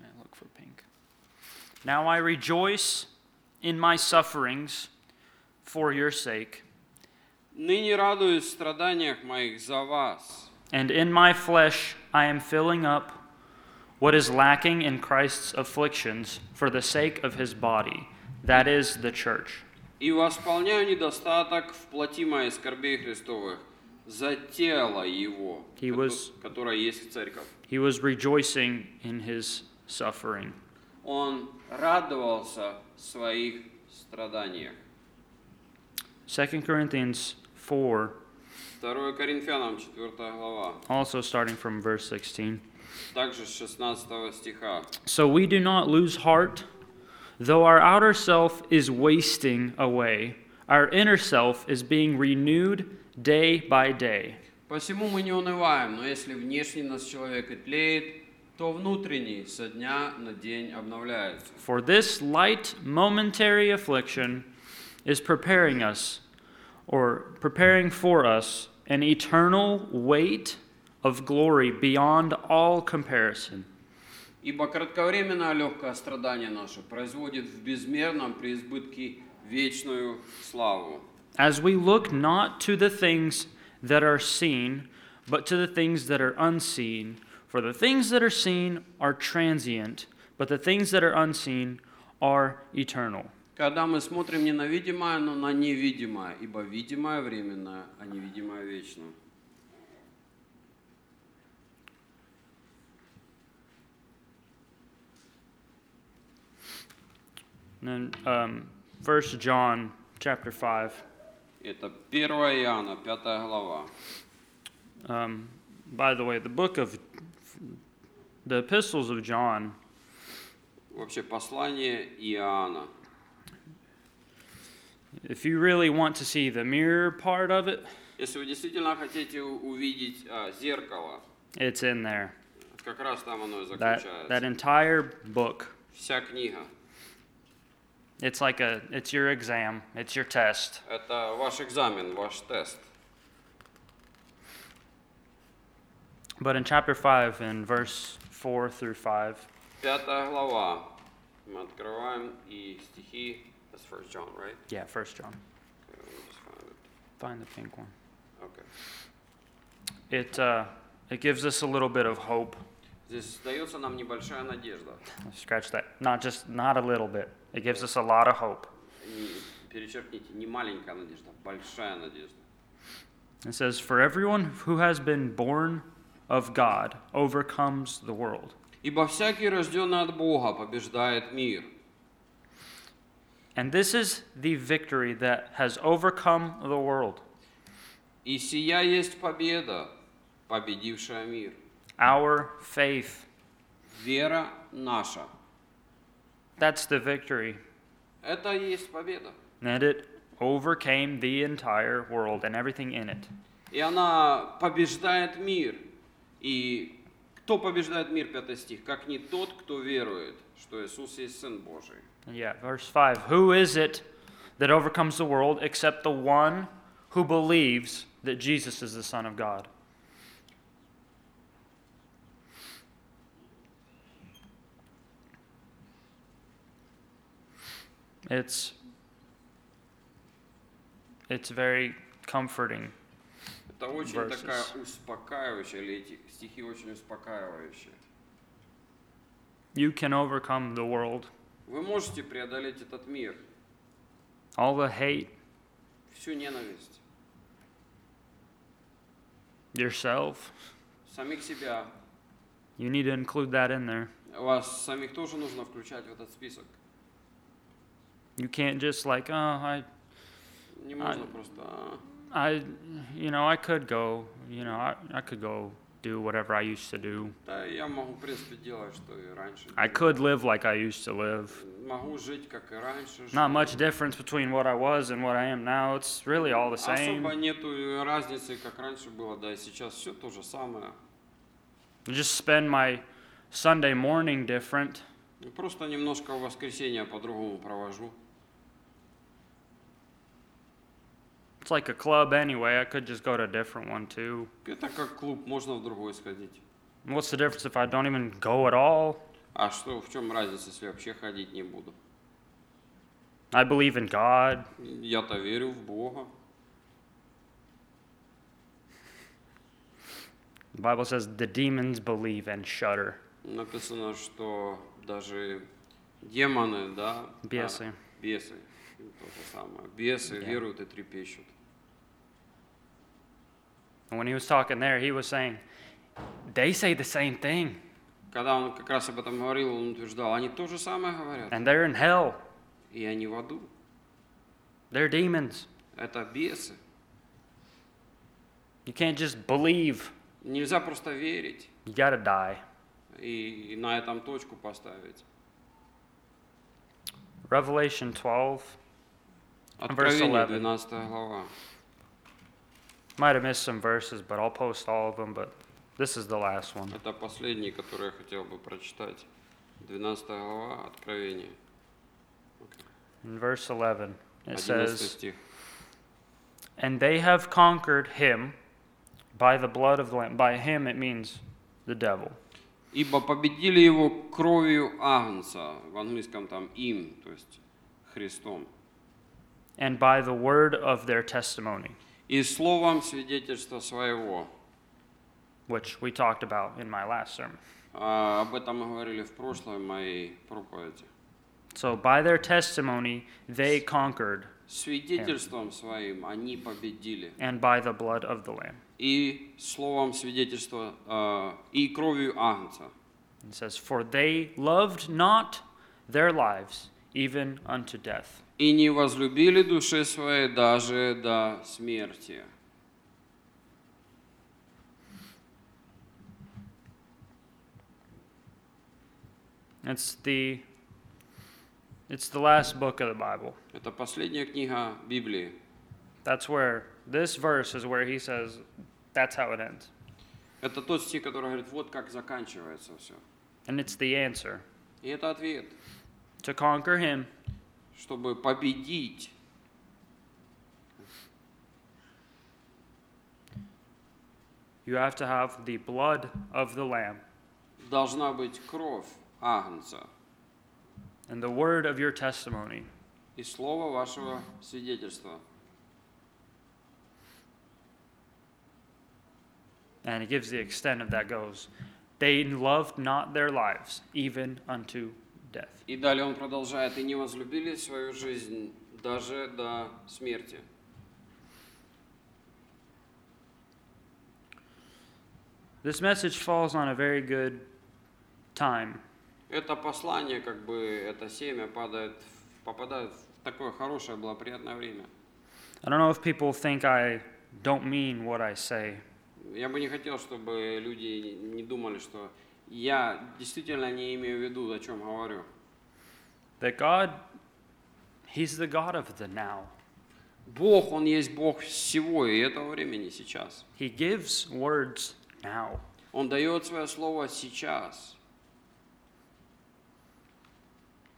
B: Yeah, look for pink. Now I rejoice in my sufferings for your sake,
A: Ныне радуюсь в страданиях моих за вас,
B: and in my flesh I am filling up what is lacking in Christ's afflictions for the sake of his body, that is, the church.
A: и восполняю недостаток в плоти моей скорбей Христовых за тело Его,
B: He
A: кото-
B: was-
A: которое есть церковь.
B: He was rejoicing in his suffering.
A: Он радовался в своих страданиях.
B: 2 Corinthians 4,
A: 2 Коринфянам 4 глава,
B: also starting from verse 16.
A: также с 16 стиха.
B: So we do not lose heart, though our outer self is wasting away, our inner self is being renewed day by day.
A: Посему мы не унываем, но если внешний нас человек и тлеет, то внутренний со дня на день обновляется.
B: For this light momentary affliction is preparing us, or preparing for us, an eternal weight of glory beyond all comparison.
A: Ибо кратковременное легкое страдание наше производит в безмерном преизбытке вечную славу.
B: As we look not to the things that are seen, but to the things that are unseen. For the things that are seen are transient, but the things that are unseen are eternal.
A: Когда мы смотрим не на видимое, но на невидимое, ибо видимое временное, а невидимое вечное.
B: And then um, 1 John chapter 5.
A: Это 1 Иоанna, 5 глава.
B: Um, by the way, the book of the epistles of John
A: Вообще послание Иоанна.
B: if you really want to see the mirror part of it,
A: Если вы действительно хотите у- увидеть а, зеркало,
B: it's in there.
A: как раз там оно и
B: That,
A: заключается.
B: that entire book.
A: Вся книга.
B: It's like a it's your exam, it's your test.
A: Это ваш экзамен, ваш тест.
B: But in chapter 5 in verse 4 through 5,
A: Пятая глава. Мы открываем и стихи. That's first John, right?
B: yeah, first John.
A: Okay, let me just find it.
B: Find the pink one.
A: Okay.
B: It uh, it gives us a little bit of hope.
A: Здесь дается нам небольшая надежда.
B: Scratch that. Not just not a little bit. It gives us a lot of hope.
A: Не- перечеркните, не маленькая надежда, большая надежда.
B: It says, For everyone who has been born of God overcomes the world.
A: Ибо всякий, рожденный от Бога, побеждает мир.
B: And this is the victory that has overcome the world
A: И сия есть победа, победившая мир.
B: our faith.
A: Вера наша.
B: That's the victory.
A: Это и есть победа.
B: And it overcame the entire world and everything in it.
A: И она побеждает мир. И кто побеждает мир, пятый стих, как не тот, кто верует, что Иисус есть Сын Божий.
B: And yeah, verse 5 Who is it that overcomes the world except the one who believes that Jesus is the Son of God? It's it's very comforting.
A: Это очень
B: Verses.
A: такая успокаивающая, или эти стихи очень успокаивающие.
B: You can overcome the world,
A: Вы можете преодолеть этот мир,
B: all the hate,
A: всю ненависть,
B: yourself.
A: самих себя.
B: You need to include that in there.
A: Вас самих тоже нужно включать в этот список.
B: You can't just like, oh, I
A: Не
B: А-
A: можно просто... «А,
B: I, you know, I could go, you know, I, I could go do whatever I used to do.
A: Да, я могу, в принципе, делать, что и раньше.
B: I
A: делал.
B: could live like I used to live.
A: Могу жить, как и раньше.
B: Not
A: жил».
B: much difference between what I was and what I am now. It's really all the
A: Особо
B: same.
A: нету разницы, как раньше было, да и сейчас все то же самое.
B: Just spend my Sunday morning different.
A: Ну, Просто немножко в воскресенье по-другому провожу.
B: It's like a club anyway. I could just go to a different one too.
A: Это как клуб, можно в другой сходить.
B: And What's the difference if I don't even go at all?
A: А что, в чем разница, если я вообще ходить не буду?
B: I believe in God.
A: Я-то верю в Бога.
B: The Bible says the demons believe and shudder.
A: Написано, что даже демоны, да? а,
B: Бесы.
A: бесы. То же самое. Бесы
B: Да.
A: веруют и трепещут.
B: And when he was talking there, he was saying, they say the same thing,
A: Когда он как раз об этом говорил, он утверждал, они то же самое говорят.
B: and they're in hell.
A: И они в аду.
B: They're demons.
A: Это бесы.
B: You can't just believe.
A: Нельзя просто верить
B: You gotta die.
A: и, и на этом точку поставить.
B: Revelation 12.
A: Откровение,
B: 11.
A: 12 глава.
B: Might have missed some verses, but I'll post all of them. But this is the last one.
A: Это последний, который я хотел бы прочитать. 12 глава, Откровение.
B: In verse 11, it
A: 11
B: says,
A: стих.
B: And they have conquered him by the blood of the Lamb. By him, it means the devil.
A: «Ибо победили его кровью Агнца». В английском там «им», то есть «Христом».
B: And by the word of their testimony,
A: «И словом свидетельства своего».
B: which we talked about in my last sermon.
A: А, об этом мы говорили в прошлой моей проповеди.
B: So by their testimony, they conquered,
A: Свидетельством своим они победили.
B: and by the blood of the Lamb.
A: И словом свидетельства, а, и кровью Агнца.
B: It says, For they loved not their lives, even unto death.
A: И не возлюбили души своей даже до смерти.
B: It's the it's the last book of the Bible.
A: Это последняя книга Библии.
B: That's where this verse is where he says that's how it ends.
A: Это тот стих, который говорит, вот как заканчивается все.
B: And it's the answer.
A: И это ответ.
B: To conquer him
A: чтобы победить.
B: you have to have the blood of the lamb
A: Должна быть кровь Агнца
B: and the word of your testimony.
A: и слово вашего свидетельства.
B: And it gives the extent of that goes. They loved not their lives even unto death.
A: И далее он продолжает, и не возлюбили свою жизнь даже до смерти.
B: This message falls on a very good time
A: Это послание, как бы это семя падает, в- попадает в такое хорошее, благоприятное время.
B: I don't know if people think I don't mean what I say,
A: Я бы не хотел, чтобы люди не думали, что я действительно не имею в виду, о чем говорю.
B: that God, He's the God of the now.
A: Бог, Он есть Бог всего и этого времени сейчас.
B: He gives words now.
A: Он дает свое слово сейчас.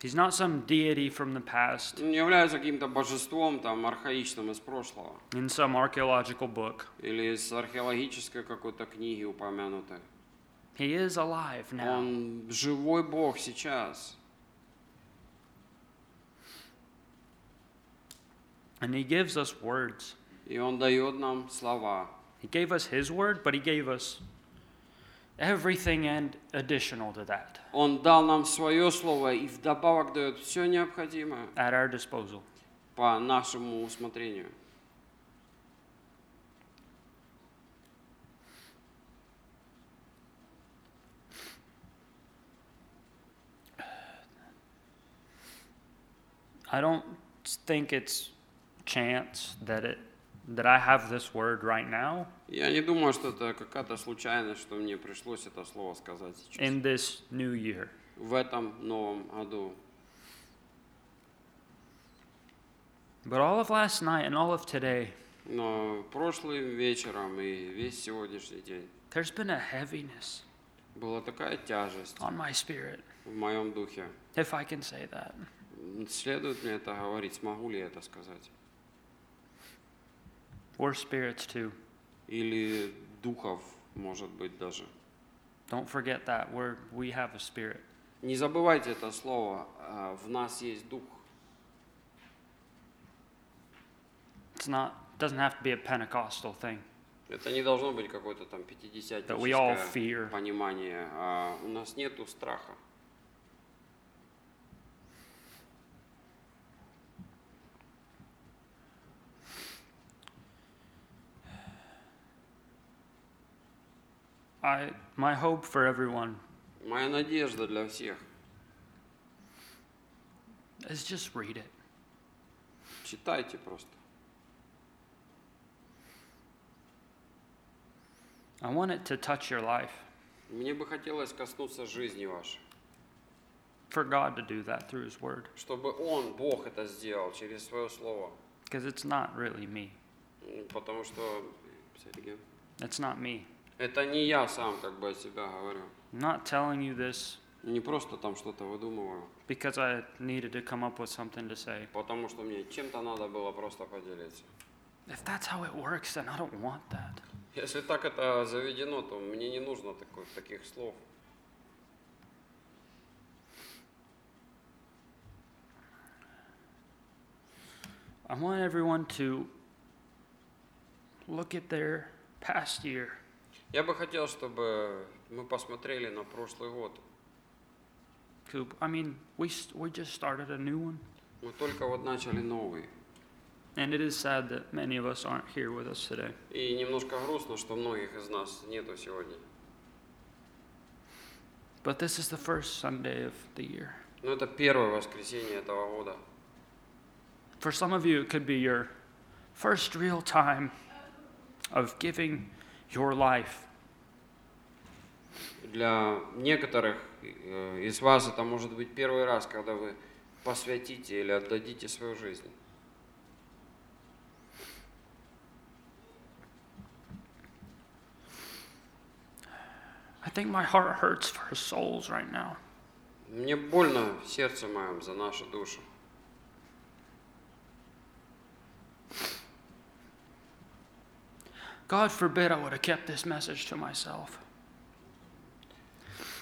B: He's not some deity from the past
A: не является каким-то божеством там архаичным из прошлого
B: in some archaeological book.
A: или из археологической какой-то книги упомянутой.
B: He is alive now.
A: Он живой Бог сейчас,
B: and He gives us words.
A: и Он дает нам слова.
B: He gave us His word, but He gave us everything and additional to that
A: Он дал нам свое слово и вдобавок дает все необходимое
B: at our disposal.
A: по нашему усмотрению.
B: I don't think it's chance that it that I have this word right now
A: Я не думаю, что это какая-то случайность, что мне пришлось это слово сказать сейчас.
B: in this new year.
A: В этом новом году.
B: But all of last night and all of today,
A: Но прошлым вечером и весь сегодняшний день
B: there's been a heaviness
A: была такая тяжесть
B: on my spirit,
A: в моем духе.
B: if I can say that.
A: Следует мне это говорить? Смогу ли я это сказать?
B: or spirits too.
A: или духов, может быть, даже.
B: Don't forget that. We're, we have a spirit.
A: Не забывайте это слово. а, В нас есть дух.
B: It's not, doesn't have to be a Pentecostal thing
A: Это не должно быть какое-то там
B: that we all
A: пятидесятническое
B: fear.
A: понимание. А, У нас нету страха.
B: I, my hope for everyone
A: Моя надежда для всех.
B: is just read it.
A: Читайте просто.
B: I want it to touch your life,
A: Мне бы хотелось коснуться жизни вашей,
B: for God to do that through His Word,
A: чтобы Он, Бог, это сделал через свое слово.
B: because it's not really me.
A: М, Потому что Сергей,
B: It's not me.
A: это не я сам как бы о себя говорю.
B: I'm not telling you this
A: Не просто там что-то выдумываю,
B: because I needed to come up with something to say.
A: потому что мне чем-то надо было просто поделиться.
B: If that's how it works, then I don't want that.
A: Если так это заведено, то мне не нужно такой, таких слов.
B: I want everyone to look at their past year
A: Я бы хотел, чтобы мы посмотрели на прошлый год.
B: Coop, I mean, we, st- we just started a new one.
A: Мы только вот начали новый.
B: And it is sad that many of us aren't here with us today.
A: И немножко грустно, что многих из нас нету сегодня.
B: But this is the first Sunday of the year.
A: Но Ну, это первое воскресенье этого года.
B: For some of you, it could be your first real time of giving your life.
A: Для некоторых э, из вас это может быть первый раз, когда вы посвятите или отдадите свою жизнь.
B: I think my heart hurts for souls right now.
A: Мне больно в сердце моем за наши души.
B: God forbid I would have kept this message to myself.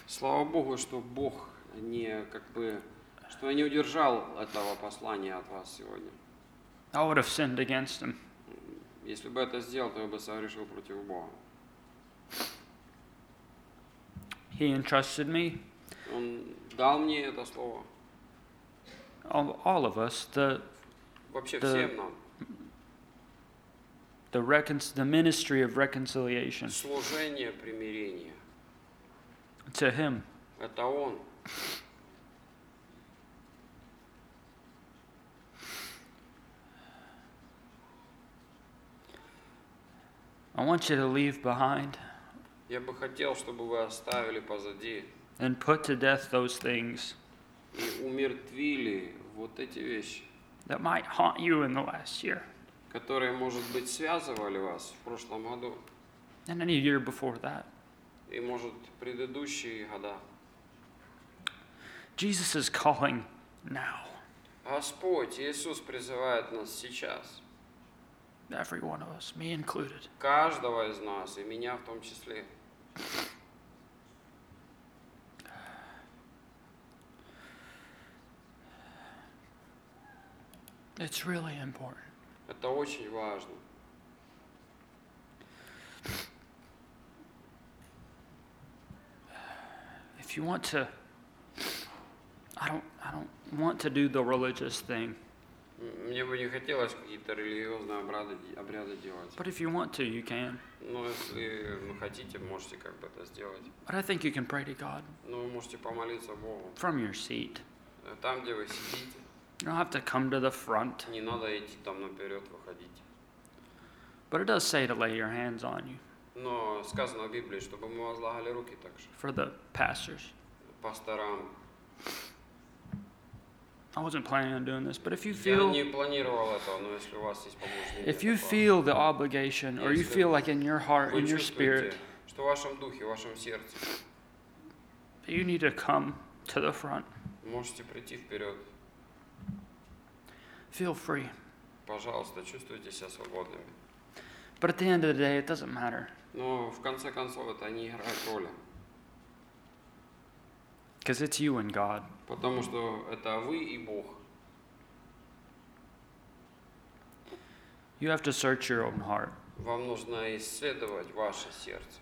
A: Слава Богу, что Бог не как бы, что я не удержал этого послания от вас сегодня.
B: I would have sinned against him.
A: Если бы это сделал, то я бы согрешил против Бога.
B: He entrusted me,
A: Он дал мне это слово.
B: all all of us, the,
A: Вообще
B: Да.
A: всем нам.
B: the, recon- the ministry of reconciliation
A: Служение примирения.
B: to him.
A: Это Он.
B: I want you to leave behind
A: Я бы хотел, чтобы вы оставили позади
B: and put to death those things
A: и умертвили вот эти вещи,
B: that might haunt you in the last year
A: которые, может быть, связывали вас в прошлом году
B: and any year before that.
A: и, может, предыдущие года.
B: Jesus is calling now,
A: Господь Иисус призывает нас сейчас,
B: every one of us, me included.
A: каждого из нас, и меня в том числе.
B: It's really important.
A: Это очень важно.
B: If you want to, I don't, I don't want to do the religious thing,
A: М- Мне бы не хотелось какие-то религиозные обряды, обряды делать.
B: but if you want to, you can.
A: Но если вы хотите, можете как бы это сделать.
B: But I think you can pray to God
A: Но вы можете помолиться Богу.
B: from your seat.
A: Э, Там, где вы сидите,
B: You don't have to come to the front,
A: не надо идти там наперед, выходить.
B: but it does say to lay your hands on you
A: Но сказано в Библии, чтобы мы возлагали руки также
B: for the pastors.
A: пасторам.
B: I wasn't planning on doing this, but if you
A: Я
B: feel
A: не планировал этого, но если у вас есть помощники,
B: If you
A: это
B: feel the obligation, or you
A: Yes,
B: feel
A: Lord.
B: like in your heart,
A: классно. Вы
B: in your
A: чувствуете,
B: spirit,
A: что в вашем духе, в вашем сердце
B: that you need to come to the front,
A: можете прийти вперед.
B: feel free.
A: Пожалуйста, чувствуйте себя свободными.
B: But at the end of the day, it doesn't matter
A: Но в конце концов это не играет роли,
B: because it's you and God.
A: потому что это вы и Бог.
B: You have to search your own heart,
A: Вам нужно исследовать ваше сердце.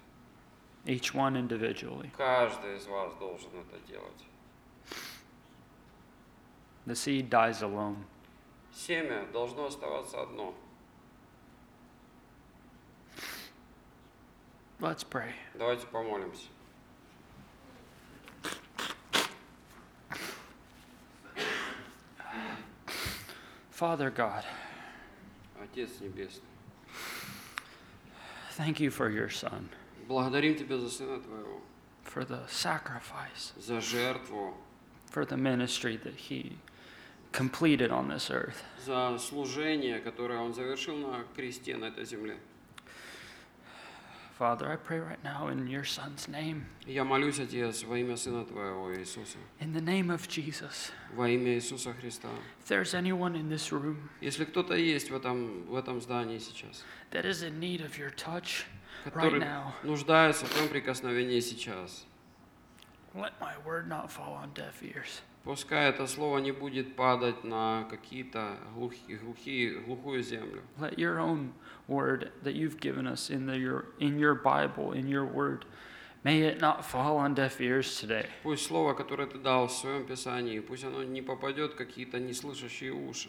B: each one individually,
A: Каждый из вас должен это делать.
B: the seed dies alone.
A: Семя должно оставаться одно.
B: Let's pray.
A: Давайте помолимся.
B: Father God,
A: Отец Небесный,
B: thank you for your Son,
A: благодарим Тебя за Сына Твоего,
B: for the sacrifice,
A: за жертву,
B: for the ministry that He completed on this earth.
A: за служение, которое Он завершил на кресте на этой земле.
B: Father, I pray right now in your Son's name,
A: Я молюсь, Отец, во имя Сына Твоего Иисуса,
B: in the name of Jesus.
A: во имя Иисуса Христа.
B: If there's anyone in this room
A: Если кто-то есть в этом, в этом здании сейчас,
B: that is in need of your touch right
A: который
B: now,
A: нуждается в Твоем прикосновении сейчас,
B: let my word not fall on deaf ears.
A: пускай это слово не будет падать на какие-то глухи- глухие, глухую землю.
B: Let your own word that you've given us in the, your in your Bible, in your word, may it not fall on deaf ears today.
A: Пусть слово, которое ты дал в своем Писании, пусть оно не попадет в какие-то неслышащие уши.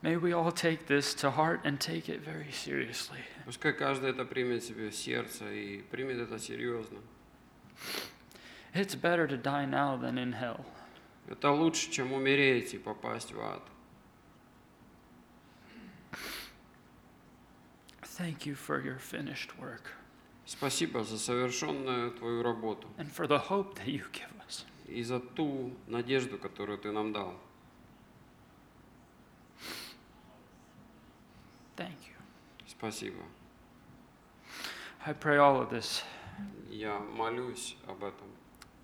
B: May we all take this to heart and take it very seriously.
A: Пускай каждый это примет себе в сердце и примет это серьезно.
B: It's better to die now than in hell.
A: Это лучше, чем умереть и попасть в ад.
B: Thank you for your finished work
A: Спасибо за совершенную твою работу
B: and for the hope that you give us.
A: и за ту надежду, которую ты нам дал.
B: Thank you.
A: Спасибо.
B: I pray all of this
A: Я молюсь об этом